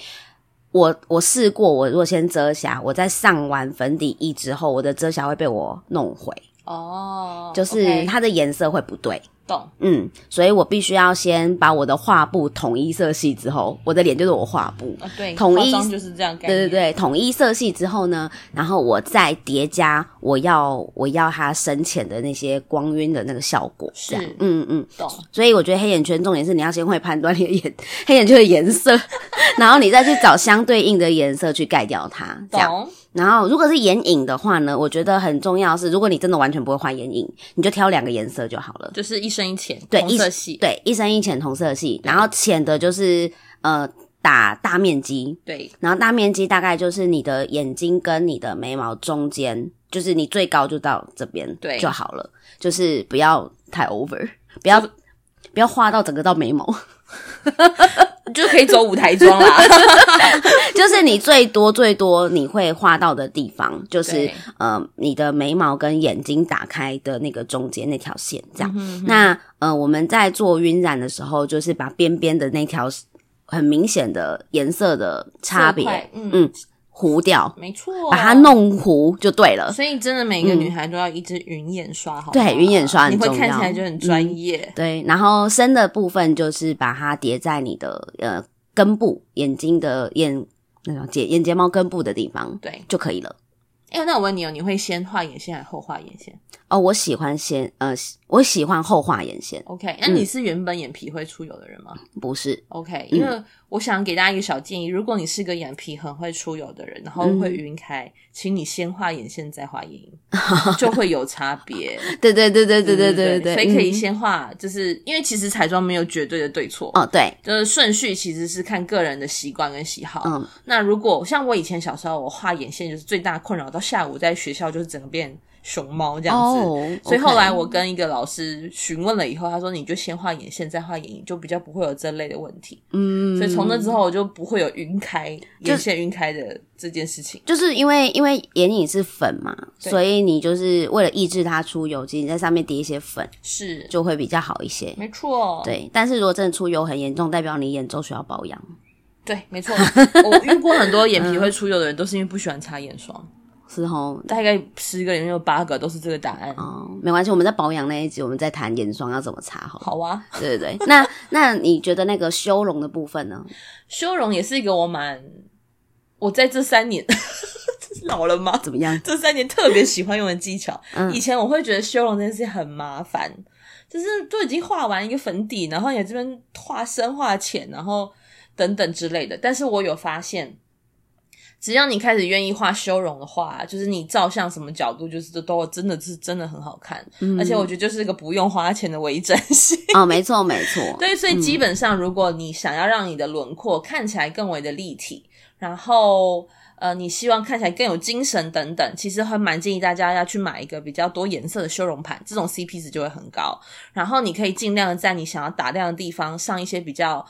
A: 我我试过，我如果先遮瑕，我在上完粉底液之后，我的遮瑕会被我弄毁，
B: 哦，
A: 就是它的颜色会不对。
B: 懂，
A: 嗯，所以我必须要先把我的画布统一色系之后，我的脸就是我画布。
B: 啊对，
A: 统一
B: 化妆就是这样概
A: 对对
B: 念，
A: 对，统一色系之后呢，然后我再叠加我要我要它深浅的那些光晕的那个效果，
B: 是
A: 这样嗯嗯，
B: 懂，
A: 所以我觉得黑眼圈重点是你要先会判断你的眼 *laughs* 黑眼圈的颜色， *laughs* 然后你再去找相对应的颜色去盖掉它，这样。
B: 懂，
A: 然后如果是眼影的话呢，我觉得很重要的是，如果你真的完全不会画眼影，你就挑两个颜色就好了。
B: 就是一深一浅，
A: 对
B: 同色系，
A: 对，一深一浅同色系，然后浅的就是呃打大面积，
B: 对，
A: 然后大面积大概就是你的眼睛跟你的眉毛中间，就是你最高就到这边
B: 对
A: 就好了，就是不要太 over，不 *laughs* 要不要画到整个到眉毛， *laughs*
B: 就可以走舞台妆啦，
A: 就是你最多最多你会画到的地方，就是
B: 对
A: 呃你的眉毛跟眼睛打开的那个中间那条线这样。
B: 嗯哼
A: 那呃我们在做晕染的时候，就是把边边的那条很明显的颜色的差
B: 色块哦
A: 别
B: 嗯
A: 嗯糊掉，
B: 没错，啊
A: 把它。弄糊就对了。嗯
B: 所以真的每个女孩都要一支云眼刷，好不好
A: 对云眼刷很
B: 你会
A: 重
B: 看起来
A: 要嗯
B: 就很专业。
A: 对，然后深的部分就是把它叠在你的呃根部、眼睛的眼那种睫眼睫毛根部的地方
B: 对，
A: 就可以了。
B: 哎，那我问你哦，你会先画眼线还是后画眼线
A: 哦，我喜欢先呃，喜我喜欢后画眼线，
B: ？OK，那你是原本眼皮会出油的人吗？
A: 不是
B: OK，因为我想给大家一个小建议，如果你是个眼皮很会出油的人，然后
A: 嗯
B: 会晕开，请你先画眼线再画
A: *laughs*
B: 眼影，就会有差别。
A: 对对对 *laughs* 对对对对对，
B: 所以可以
A: 嗯
B: 先画，就是因为其实彩妆没有绝对的对错。
A: 哦，对，
B: 就是顺序其实是看个人的习惯跟喜好。
A: 嗯，
B: 那如果像我以前小时候，我画眼线就是最大困扰，到下午在学校就是整个变熊猫这样子。
A: 哦，
B: 所以后来
A: OK
B: 我跟一个老师询问了以后，他说你就先画眼线，再画眼影，就比较不会有这类的问题。
A: 嗯，
B: 所以从那之后我就不会有晕开
A: 就
B: 眼线晕开的这件事情。
A: 就是因为因为眼影是粉嘛，
B: 对
A: 所以你就是为了抑制它出油，其实你在上面叠一些粉
B: 是，
A: 就会比较好一些。
B: 没错，
A: 对，但是如果真的出油很严重，代表你眼周需要保养。
B: 对，
A: *laughs*
B: 没错。我遇过很多眼皮会出油的人，都是因为不喜欢擦眼霜，
A: 是哦，
B: 大概十个里面有八个都是这个答案。
A: 哦，没关系，我们在保养那一集，我们再谈眼霜要怎么擦好了。
B: 好啊，
A: 对对 *laughs* 对，那那你觉得那个修容的部分呢？
B: 修容也是一个我蛮，我在这三年 *laughs* 这是老了吗？
A: 怎么样？
B: 这三年特别喜欢用的技巧。
A: 嗯
B: 以前我会觉得修容这件事很麻烦，就是都已经画完一个粉底，然后也这边画深画浅，然后等等之类的。但是我有发现，只要你开始愿意画修容的话，就是你照相什么角度，就是都都真的是真的很好看。而且我觉得就是一个不用花钱的微整形。
A: 哦，没错没错，
B: *laughs* 对，所以基本上，如果你想要让你的轮廓看起来更为的立体，然后呃，你希望看起来更有精神等等，其实还蛮建议大家要去买一个比较多颜色的修容盘，这种 CP 值就会很高。然后你可以尽量地在你想要打亮的地方上一些比较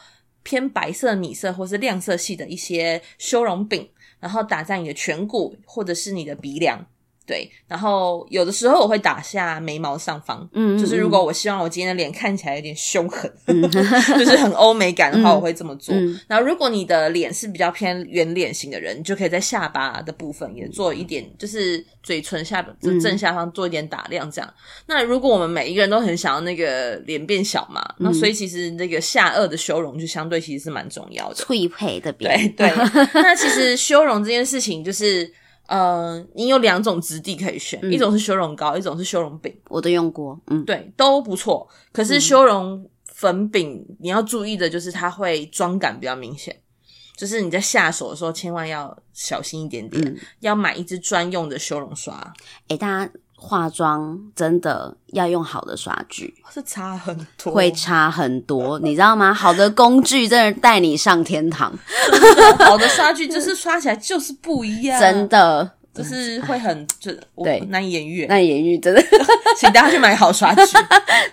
B: 偏白色、米色或是亮色系的一些修容饼，然后打在你的颧骨或者是你的鼻梁。对，然后有的时候我会打下眉毛上方，
A: 嗯，
B: 就是如果我希望我今天的脸看起来有点凶狠， *laughs* 就是很欧美感的话，
A: 嗯
B: 我会这么做。
A: 嗯
B: 然后，如果你的脸是比较偏圆脸型的人，你就可以在下巴的部分也做一点，就是嘴唇下巴就
A: 嗯
B: 正下方做一点打亮，这样。那如果我们每一个人都很想要那个脸变小嘛，
A: 嗯
B: 那所以其实那个下颚的修容就相对其实是蛮重要的。
A: 脆配的边，*laughs*
B: 对对，那其实修容这件事情就是。呃，你有两种质地可以选，
A: 嗯
B: 一种是修容膏，一种是修容饼。
A: 我都用过，嗯，
B: 对，都不错。可是修容粉饼，你要注意的就是它会妆感比较明显，就是你在下手的时候千万要小心一点
A: 嗯
B: 点，要买一支专用的修容刷，
A: 诶，大家化妆真的要用好的刷具。
B: 是差很多。
A: 会差很多，你知道吗？ *laughs* 好的工具真的带你上天堂，
B: 好的刷具就是刷起来就是不一样，
A: 真的。
B: 就是会很就我
A: 对
B: 难以言喻，
A: 那言语真的 *laughs*
B: 请大家去买好刷具。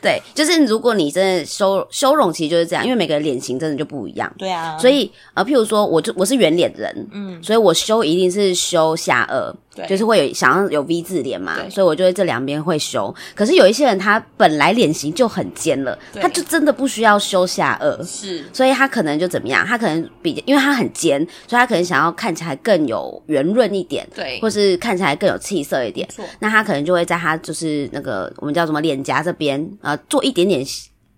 A: 对，就是如果你真的修修容，其实就是这样，因为每个人脸型真的就不一样，
B: 对啊，
A: *laughs* 所
B: 以
A: 以呃，譬如说，我就我是圆脸人，嗯，所以我修一定是修下
B: 对
A: 颚，就是会有想要有 V 字脸嘛
B: 对，
A: 所以我就会这两边会修。可是有一些人他本来脸型就很尖了，
B: 对
A: 他就真的不需要修下颚。
B: 是
A: 所以他可能就怎么样？他可能比较，因为他很尖，所以他可能想要看起来更有圆润一点，
B: 对
A: 或是看起来更有气色一点
B: 没。错，
A: 那他可能就会在他就是那个我们叫什么脸颊这边，呃，做一点点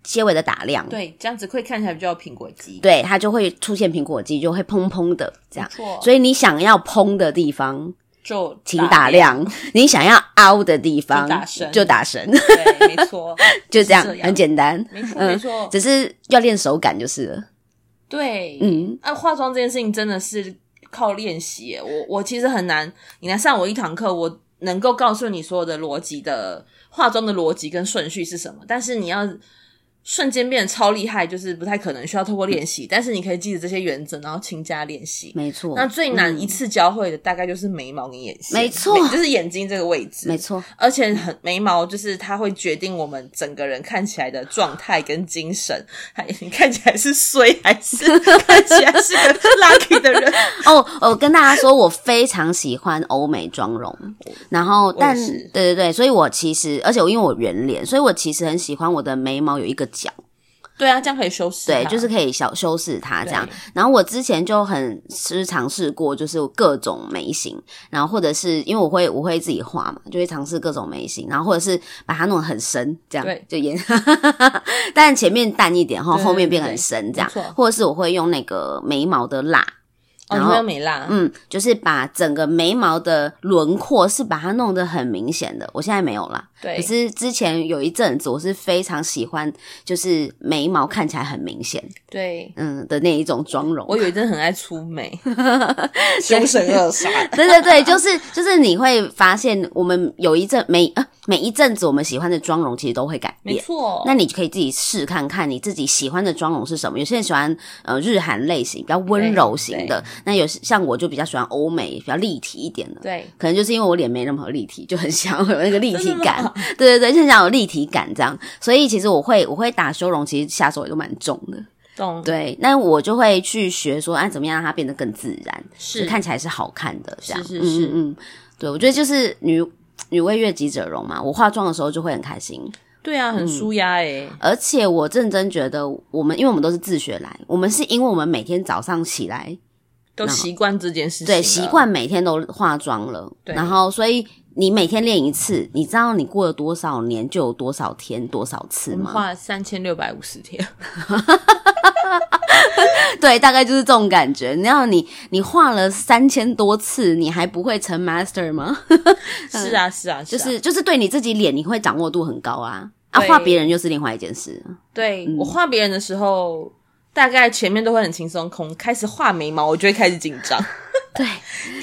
A: 些微的打亮，
B: 对，这样子会看起来比较有苹果肌。
A: 对，它就会出现苹果肌，就会砰砰的这样
B: 没错。
A: 所以你想要砰的地方，
B: 就
A: 请打亮； *laughs* 你想要凹的地方，
B: 就打深
A: 就打深 *laughs*
B: 对，没错，
A: 就这样
B: 是这，样
A: 很简单。
B: 没错，
A: 嗯
B: 没错，
A: 只是要练手感就是了。
B: 对，
A: 嗯，
B: 啊，化妆这件事情真的是靠练习耶。我我其实很难，你来上我一堂课，我能够告诉你所有的逻辑的化妆的逻辑跟顺序是什么，但是你要。瞬间变得超厉害，就是不太可能，需要透过练习。但是你可以记得这些原则，然后勤加练习。
A: 没错，
B: 那最难一次教会的大概就是眉毛跟眼
A: 嗯
B: 线，
A: 没错
B: 就是眼睛这个位置，
A: 没错，
B: 而且很眉毛，就是它会决定我们整个人看起来的状态跟精神。还你看起来是衰还是看起来是个 *laughs* lucky 的人？
A: 哦，我跟大家说，我非常喜欢欧美妆容，然后但
B: 我
A: 对
B: 也是
A: 对对，所以我其实，而且我因为我圆脸，所以我其实很喜欢我的眉毛有一个角，
B: 对啊，这样可以修饰它。
A: 对，就是可以小修饰它这样
B: 对。
A: 然后我之前就很是尝试过，就是各种眉形，然后或者是因为我会我会自己画嘛，就会尝试各种眉形，然后或者是把它弄得很深，这样
B: 对
A: 就颜， *laughs* 但前面淡一点，后
B: 对
A: 后面变
B: 对
A: 很深这样
B: 没错，
A: 或者是我会用那个眉毛的蜡。
B: 哦，
A: 然
B: 你
A: 后
B: 没有美蜡，
A: 嗯，就是把整个眉毛的轮廓是把它弄得很明显的。我现在没有啦，可
B: 对，
A: 是之前有一阵子我是非常喜欢，就是眉毛看起来很明显，
B: 对。
A: 嗯的那一种妆容。
B: 我有一阵很爱粗
A: *laughs*
B: 眉，凶神恶煞。
A: 对对 *laughs* 对，就是就是你会发现，我们有一阵每啊每一阵子我们喜欢的妆容其实都会改
B: 没
A: 变。
B: 错，
A: 那你可以自己试看看你自己喜欢的妆容是什么。有些人喜欢呃日韩类型比较温柔型的，那有些像我就比较喜欢欧美比较立体一点的。
B: 对
A: 可能就是因为我脸没那么立体，就很想要有那个立体感
B: 真
A: *laughs*
B: 的吗。
A: 对对对，就很想有立体感这样。所以其实我会我会打修容，其实下手也都蛮重的。
B: 懂
A: 对，那我就会去学说，哎、怎么样让它变得更自然，
B: 是
A: 就看起来是好看的这样。
B: 是是
A: 嗯
B: 是
A: 嗯嗯，对，我觉得就是女女为悦己者容嘛。我化妆的时候就会很开心，
B: 对啊，很舒压哎，
A: 而且我认真觉得我们，因为我们都是自学来，我们是因为我们每天早上起来
B: 都习惯这件事情了，
A: 嗯对，习惯每天都化妆了，
B: 对
A: 然后所以你每天练一次，你知道你过了多少年就有多少天多少次
B: 我们
A: 吗？
B: 花三千六百五十天，
A: 对，大概就是这种感觉。你要你你画了三千多次，你还不会成 master 吗？嗯
B: 是啊是啊，
A: 就
B: 啊
A: 是就是对你自己脸，你会掌握度很高啊。啊，
B: 对
A: 画别人又是另外一件事。
B: 对、
A: 嗯
B: 我画别
A: *laughs*
B: 人的时候，大概前面都会很轻松，从开始画眉毛，我就会开始紧张。
A: 对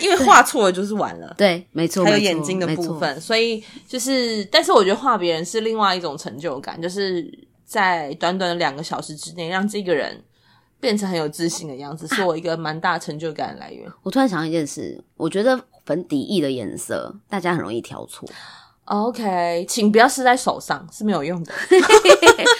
B: 因为画错了就是完了。
A: 对，没错，
B: 还有
A: 没错
B: 眼睛的部，
A: 没错
B: 分，所以就是，但是我觉得画别人是另外一种成就感，就是在短短的两个小时之内，让这个人变成很有自信的
A: *laughs*
B: 样子，是我一个蛮大成就感的来源。
A: 我突然想到一件事，我觉得粉底液的颜色大家很容易挑错， *laughs*
B: OK，请不要试在手上，是没有用的，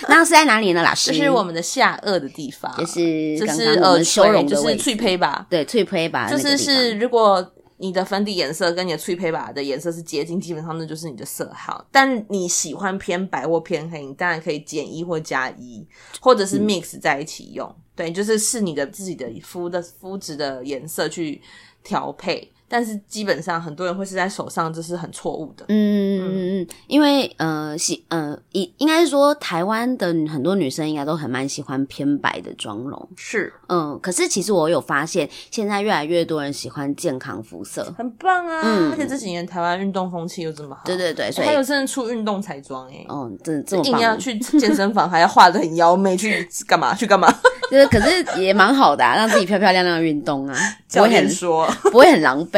A: 那是在哪里呢？老师，
B: 这是我们的下颚的地方，
A: 就是
B: 这
A: 刚
B: 是
A: 刚我
B: 耳
A: 们
B: 垂
A: 修容
B: 就
A: 的
B: 是
A: 位置，
B: 脆胚吧，
A: 对，脆胚吧，
B: 就
A: 那个地方
B: 是
A: 嗯
B: 是如果。你的粉底颜色跟你的脆胚吧的颜色是接近，基本上那就是你的色号。但你喜欢偏白或偏黑，你当然可以减一或加一，或者
A: 嗯
B: 是 mix 在一起用。对，就是是你的自己的肤的肤质的颜色去调配。但是基本上很多人会是在手上，这是很错误的。
A: 嗯嗯嗯，嗯，因为呃喜呃，应应该是说台湾的很多女生应该都很蛮喜欢偏白的妆容，
B: 是
A: 嗯，可是其实我有发现，现在越来越多人喜欢健康肤色，
B: 很棒啊！
A: 嗯
B: 而且这几年台湾运动风气又这么好，
A: 对对对，所以
B: 啊哎还有真的出运动彩妆哎、
A: 哦，这这么
B: 硬
A: 棒
B: 要
A: 啊，
B: 去健身房，还要画的很妖媚，去干嘛？去干嘛？
A: 就是可是也蛮好的、啊，让自己漂漂亮亮运动啊，不
B: 教
A: 会
B: 练
A: 很
B: 说。
A: 不会很狼
B: *laughs*
A: 狈。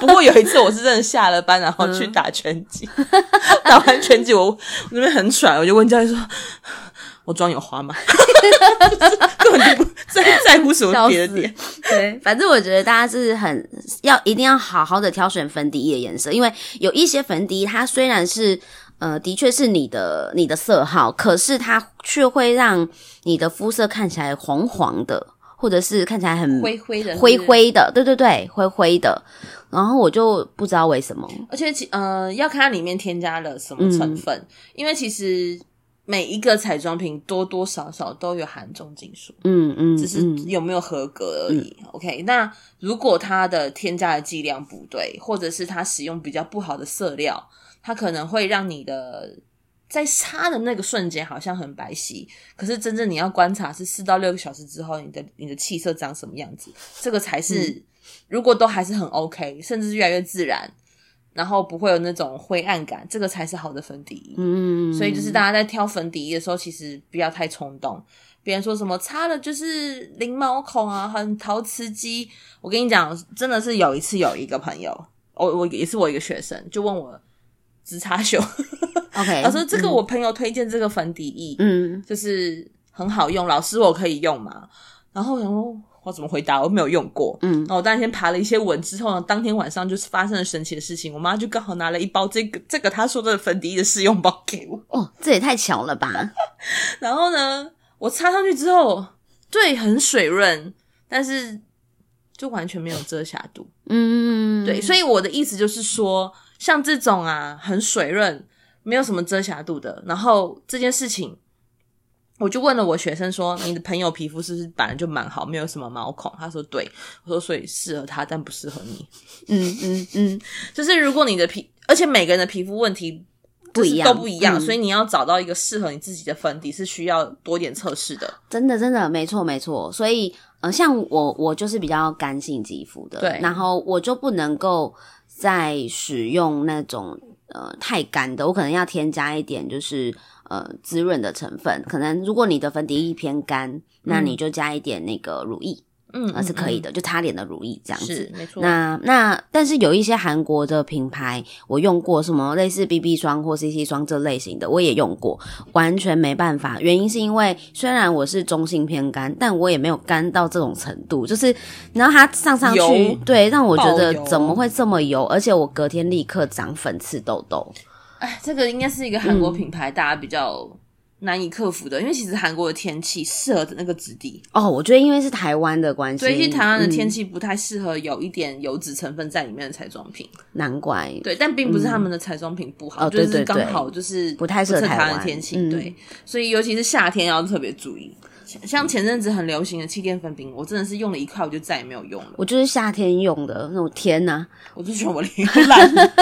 B: 不过有一次，我是真的下了班，然后去
A: 嗯
B: 打拳击。 *laughs* 打完拳击，我我那边很喘，我就问教练说：“我妆有花吗？” *laughs* 根本就不在在乎什么
A: 笑
B: 别
A: 死
B: 的点。！
A: 对， *laughs* 反正我觉得大家是很要一定要好好的挑选粉底液的颜色，因为有一些粉底液它虽然是呃的确是你的你的色号，可是它却会让你的肤色看起来黄黄的，或者是看起来很
B: 灰的
A: 灰。灰的，对对对，灰灰的。然后我就不知道为什么，
B: 而且其呃，要看它里面添加了什
A: 嗯
B: 么成分，因为其实每一个彩妆品多多少少都有含重金属。
A: 嗯嗯，
B: 只是
A: 嗯
B: 有没有合格而已。OK，那如果它的添加的剂量不对，或者是它使用比较不好的色料，它可能会让你的在擦的那个瞬间好像很白皙，可是真正你要观察是四到六个小时之后，你的你的气色长什么样子，这个才是、
A: 嗯
B: 如果都还是很 OK，甚至是越来越自然。然后不会有那种灰暗感，这个才是好的粉底液。
A: 嗯，
B: 所以就是大家在挑粉底液的时候，其实不要太冲动。别人说什么擦了就是零毛孔啊，很陶瓷肌。我跟你讲，真的是有一次有一个朋友，我我也是我一个学生，就问我直插秀，
A: OK，
B: 他说这个我朋友推荐这个粉底液，
A: 哎嗯，
B: 就是很好用，老师我可以用吗？然后我想说我怎么回答？我没有用过。
A: 嗯
B: 然后我当天爬了一些文之后呢，当天晚上就是发生了神奇的事情，我妈就刚好拿了一包这个这个她说的粉底液的试用包给我。
A: 哦，这也太巧了吧，
B: 然后呢，我擦上去之后，对，很水润，但是就完全没有遮瑕度。
A: 嗯，
B: 对，所以我的意思就是说，像这种啊，很水润，没有什么遮瑕度的，然后这件事情。我就问了我学生说：“你的朋友皮肤是不是本来就蛮好，没有什么毛孔？”他说：“对。”我说：“所以适合他，但不适合你。
A: 嗯嗯嗯，
B: 就是如果你的皮，而且每个人的皮肤问题
A: 不一样
B: 就是都不一样，
A: 嗯
B: 所以你要找到一个适合你自己的粉底是需要多点测试的。
A: 真的真的没错没错，所以呃，像我我就是比较干性肌肤的，
B: 对
A: 然后我就不能够再使用那种呃太干的，我可能要添加一点就是呃滋润的成分，可能如果你的粉底液偏干，那你就加一点那个乳液，
B: 嗯，
A: 呃是可以
B: 的，
A: 的，就擦脸的乳液这样
B: 是
A: 子。
B: 没错。
A: 那那，但是有一些韩国的品牌，我用过什么类似 BB 霜或 CC 霜这类型的，我也用过，完全没办法。原因是因为虽然我是中性偏干，但我也没有干到这种程度，就是然后它上上
B: 油
A: 去，对，让我觉得
B: 爆油
A: 怎么会这么油？而且我隔天立刻长粉刺痘痘。
B: 哎，这个应该是一个韩
A: 嗯
B: 国品牌，大家比较难以克服的，因为其实韩国的天气适合那个质地，
A: 哦，我觉得因为是台湾的关系，
B: 所以其实台湾的
A: 嗯
B: 天气不太适合有一点油脂成分在里面的彩妆品。
A: 嗯难怪
B: 对，但并不是他们的彩妆品不
A: 嗯
B: 好，
A: 哦对
B: 就是
A: 对
B: 刚
A: 对
B: 好就是
A: 不太适合
B: 适合
A: 台
B: 台湾的
A: 湾
B: 天气。
A: 嗯
B: 对，所以尤其是夏天要特别注意。像像前阵子很流行的气垫粉饼，我真的是用了一块我就再也没有用了，
A: 我就是夏天用的那种，天哪！
B: 我就觉得我脸又烂了。 *laughs*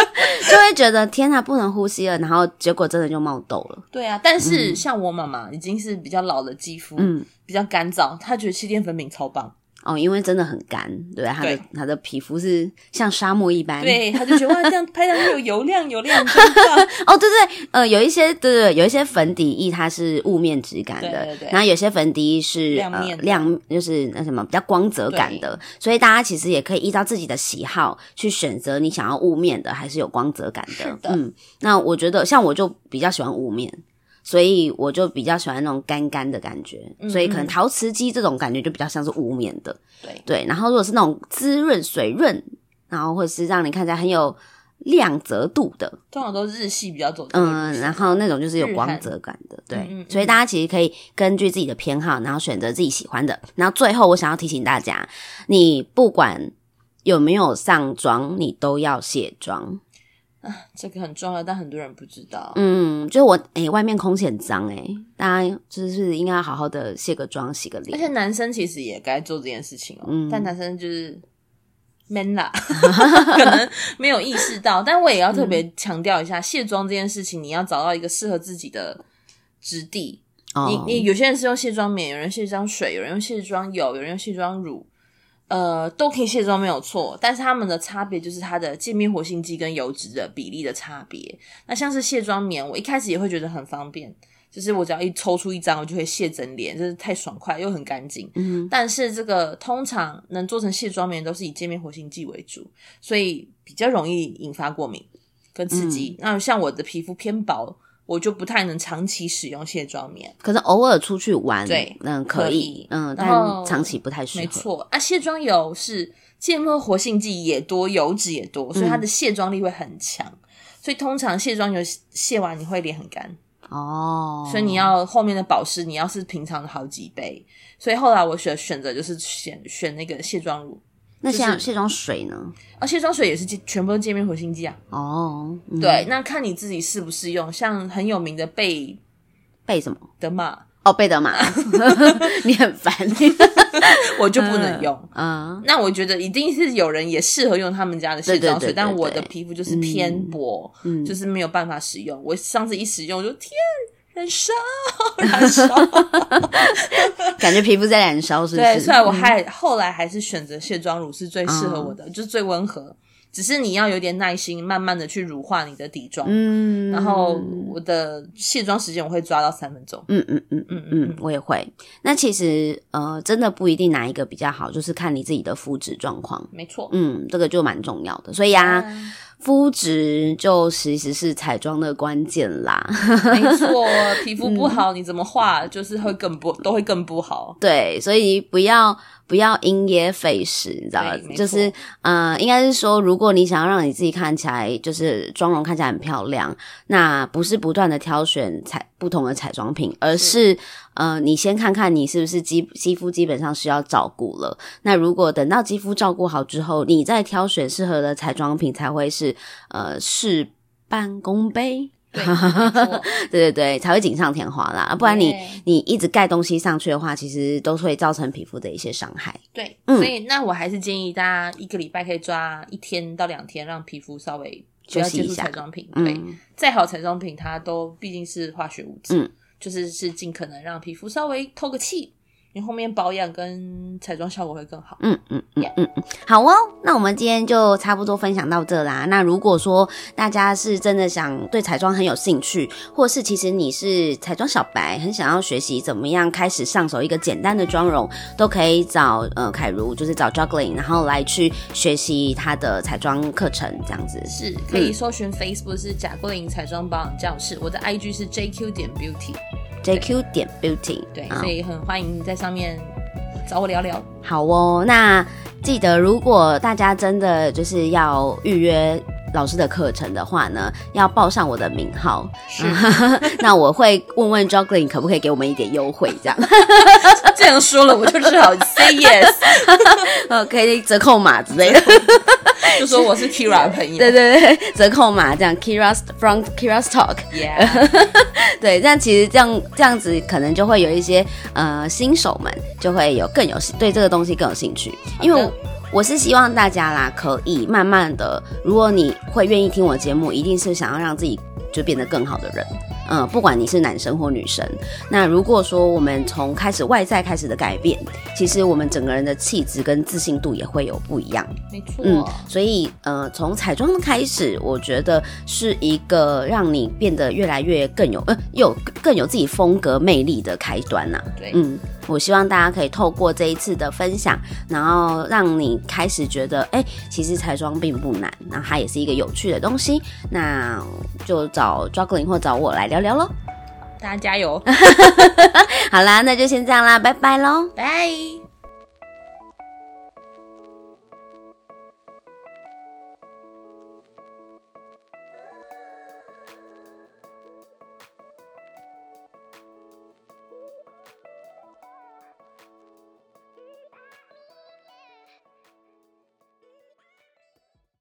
A: 就会觉得天哪，不能呼吸了，然后结果真的就冒痘了。
B: 对啊，但是像我妈妈已经是比较老的肌肤，
A: 嗯， *laughs*
B: 比较干燥，她觉得气垫粉饼超棒。
A: 哦，因为真的很干，对吧？他的
B: 对
A: 他的皮肤是像沙漠一般。
B: 对，他就觉得哇，这样拍上去有油亮，油亮真棒。
A: 哦，对对，呃，有一些对对，有一些粉底液它是雾面质感的，
B: 对对对
A: 然后有些粉底液是
B: 亮
A: 呃
B: 面的
A: 亮，就是那什么比较光泽感的，所以大家其实也可以依照自己的喜好去选择你想要雾面的还是有光泽感的。
B: 是的
A: 嗯，那我觉得像我就比较喜欢雾面。所以我就比较喜欢那种干干的感觉，
B: 嗯
A: 所以可能陶瓷肌这种感觉就比较像是雾面的，
B: 对
A: 对。然后如果是那种滋润水润，然后或是让你看起来很有亮泽度的，
B: 通常都是日系比较走这个路
A: 嗯，
B: 线。
A: 然后那种就是有
B: 日
A: 光
B: 韩
A: 泽感的，对，
B: 嗯嗯
A: 所以大家其实可以根据自己的偏好，然后选择自己喜欢的。然后最后，我想要提醒大家，你不管有没有上妆，你都要卸妆。
B: 这个很重要，但很多人不知道。
A: 嗯，就是我诶、外面空气很脏诶、大家就是应该好好的卸个妆，洗个
B: 而且
A: 脸。
B: 男生其实也该做这件事情哦，
A: 嗯
B: 但男生就是
A: *laughs*
B: man 啦，可能没有意识到。但我也要特
A: 嗯
B: 别强调一下，卸妆这件事情，你要找到一个适合自己的质地。
A: 哦，
B: 你你有些人是用卸妆棉，有人卸妆水，有人用卸妆油，有人用卸妆乳，呃，都可以卸妆没有错，但是它们的差别就是它的界面活性剂跟油脂的比例的差别。那像是卸妆棉，我一开始也会觉得很方便，就是我只要一抽出一张，我就可以卸整脸，就是太爽快又很干净。
A: 嗯
B: 但是这个通常能做成卸妆棉都是以界面活性剂为主，所以比较容易引发过敏跟刺激。那像我的皮肤偏薄，我就不太能长期使用卸妆棉。
A: 可是偶尔出去玩，
B: 对
A: 嗯，可
B: 可
A: 以
B: 以，
A: 嗯，
B: 然
A: 但
B: 后
A: 长期不太适合。
B: 没错啊，卸妆油是芥末活性剂也多，油脂也多，所以它
A: 嗯
B: 的卸妆力会很强。所以通常卸妆油卸完你会脸很干，
A: 哦，
B: 所以你要后面的保湿，你要是平常的好几倍。所以后来我选选择就是选选那个卸妆乳，
A: 那
B: 就是
A: 像卸妆水呢？
B: 啊，卸妆水也是界全部都界面活性剂啊。
A: 哦，嗯
B: 对，，那看你自己适不适用。像很有名的贝
A: 备什么？
B: 德玛，
A: 哦，贝
B: *laughs*
A: 德玛，你很烦， *laughs*
B: 我就不能用。
A: 啊。
B: 那我觉得一定是有人也适合用他们家的卸
A: 对
B: 妆
A: 对对
B: 水，
A: 对
B: 但我的皮肤就是偏薄，
A: 嗯
B: 就是没有办法使用。我上次一使用就天燃烧燃烧，
A: 感觉皮肤在燃 *laughs* 烧，是不是？嗯
B: 对，虽然我还后来还是选择卸妆乳是最适合我的，就是最温和。只是你要有点耐心，慢慢的去乳化你的底妆。
A: 嗯，
B: 然后我的卸妆时间我会抓到三分钟。
A: 嗯嗯嗯
B: 嗯
A: 嗯，我也会。那其实呃，真的不一定哪一个比较好，就是看你自己的肤质状况。
B: 没错。
A: 嗯，这个就蛮重要的，所以啊，
B: 啊
A: 肤质就其实是彩妆的关键啦。
B: 没错，皮肤
A: 嗯
B: 不好，你怎么画就是会更不都会更不好。
A: 对，所以不要不要因噎废食，你知道吗
B: 对？没错
A: 就是呃，应该是说，如果你想要让你自己看起来就是妆容看起来很漂亮，那不是不断的挑选彩不同的彩妆品，而是呃，你先看看你是不是肌肌肤基本上是要照顾了。那如果等到肌肤照顾好之后，你再挑选适合的彩妆品，才会是呃事半功倍。
B: 对，没错
A: 对对对，才会锦上添花啦。不然你
B: 对
A: 你一直盖东西上去的话，其实都会造成皮肤的一些伤害。
B: 对，
A: 嗯
B: 所以那我还是建议大家一个礼拜可以抓一天到两天，让皮肤稍微不要
A: 休息
B: 接
A: 一
B: 触
A: 下
B: 彩妆品。对，
A: 嗯，
B: 再好彩妆品它都毕竟是化学物质，
A: 嗯
B: 就是是尽可能让皮肤稍微透个气，你后面保养跟彩妆效果会更好。
A: 嗯嗯嗯嗯嗯，好哦。那我们今天就差不多分享到这啦。那如果说大家是真的想对彩妆很有兴趣，或是其实你是彩妆小白，很想要学习怎么样开始上手一个简单的妆容，都可以找呃凯如，就是找 Juggling，然后来去学习她的彩妆课程这样子。
B: 是可以搜寻 Facebook 是贾桂林彩妆保养教室，我的 IG 是 JQ 点 Beauty，
A: JQ 点 Beauty，
B: 对，
A: 啊
B: 所以很欢迎在上面找我聊聊。
A: 好哦，那记得如果大家真的就是要预约老师的课程的话呢，要报上我的名号，
B: 是，
A: *laughs* 那我会问问 Joggling 可不可以给我们一点优惠， *laughs* 这样
B: 啊这样说了我就只好 say yes，
A: 呃，可以折扣码之类的，
B: 就说我是 Kira 的朋
A: *laughs*
B: 友。
A: 对对对，折扣码这样，Kira's from Kira's Talk，
B: Yeah
A: *laughs* 对，但其实这样这样子可能就会有一些呃新手们就会有更有对这个东西更有兴趣，因为
B: 好
A: 我
B: 的
A: 我是希望大家啦可以慢慢的，如果你会愿意听我节目，一定是想要让自己就变得更好的人，呃，不管你是男生或女生，那如果说我们从开始外在开始的改变，其实我们整个人的气质跟自信度也会有不一样。
B: 没错，
A: 嗯，所以呃，从彩妆开始，我觉得是一个让你变得越来越更有呃有更有自己风格魅力的开端呐、
B: 对，
A: 嗯，我希望大家可以透过这一次的分享，然后让你开始觉得，哎、其实彩妆并不难，那它也是一个有趣的东西。那就找 Juggling 或找我来聊聊喽。
B: 大家加油，
A: 好啦，那就先这样啦，拜拜喽。
B: 拜。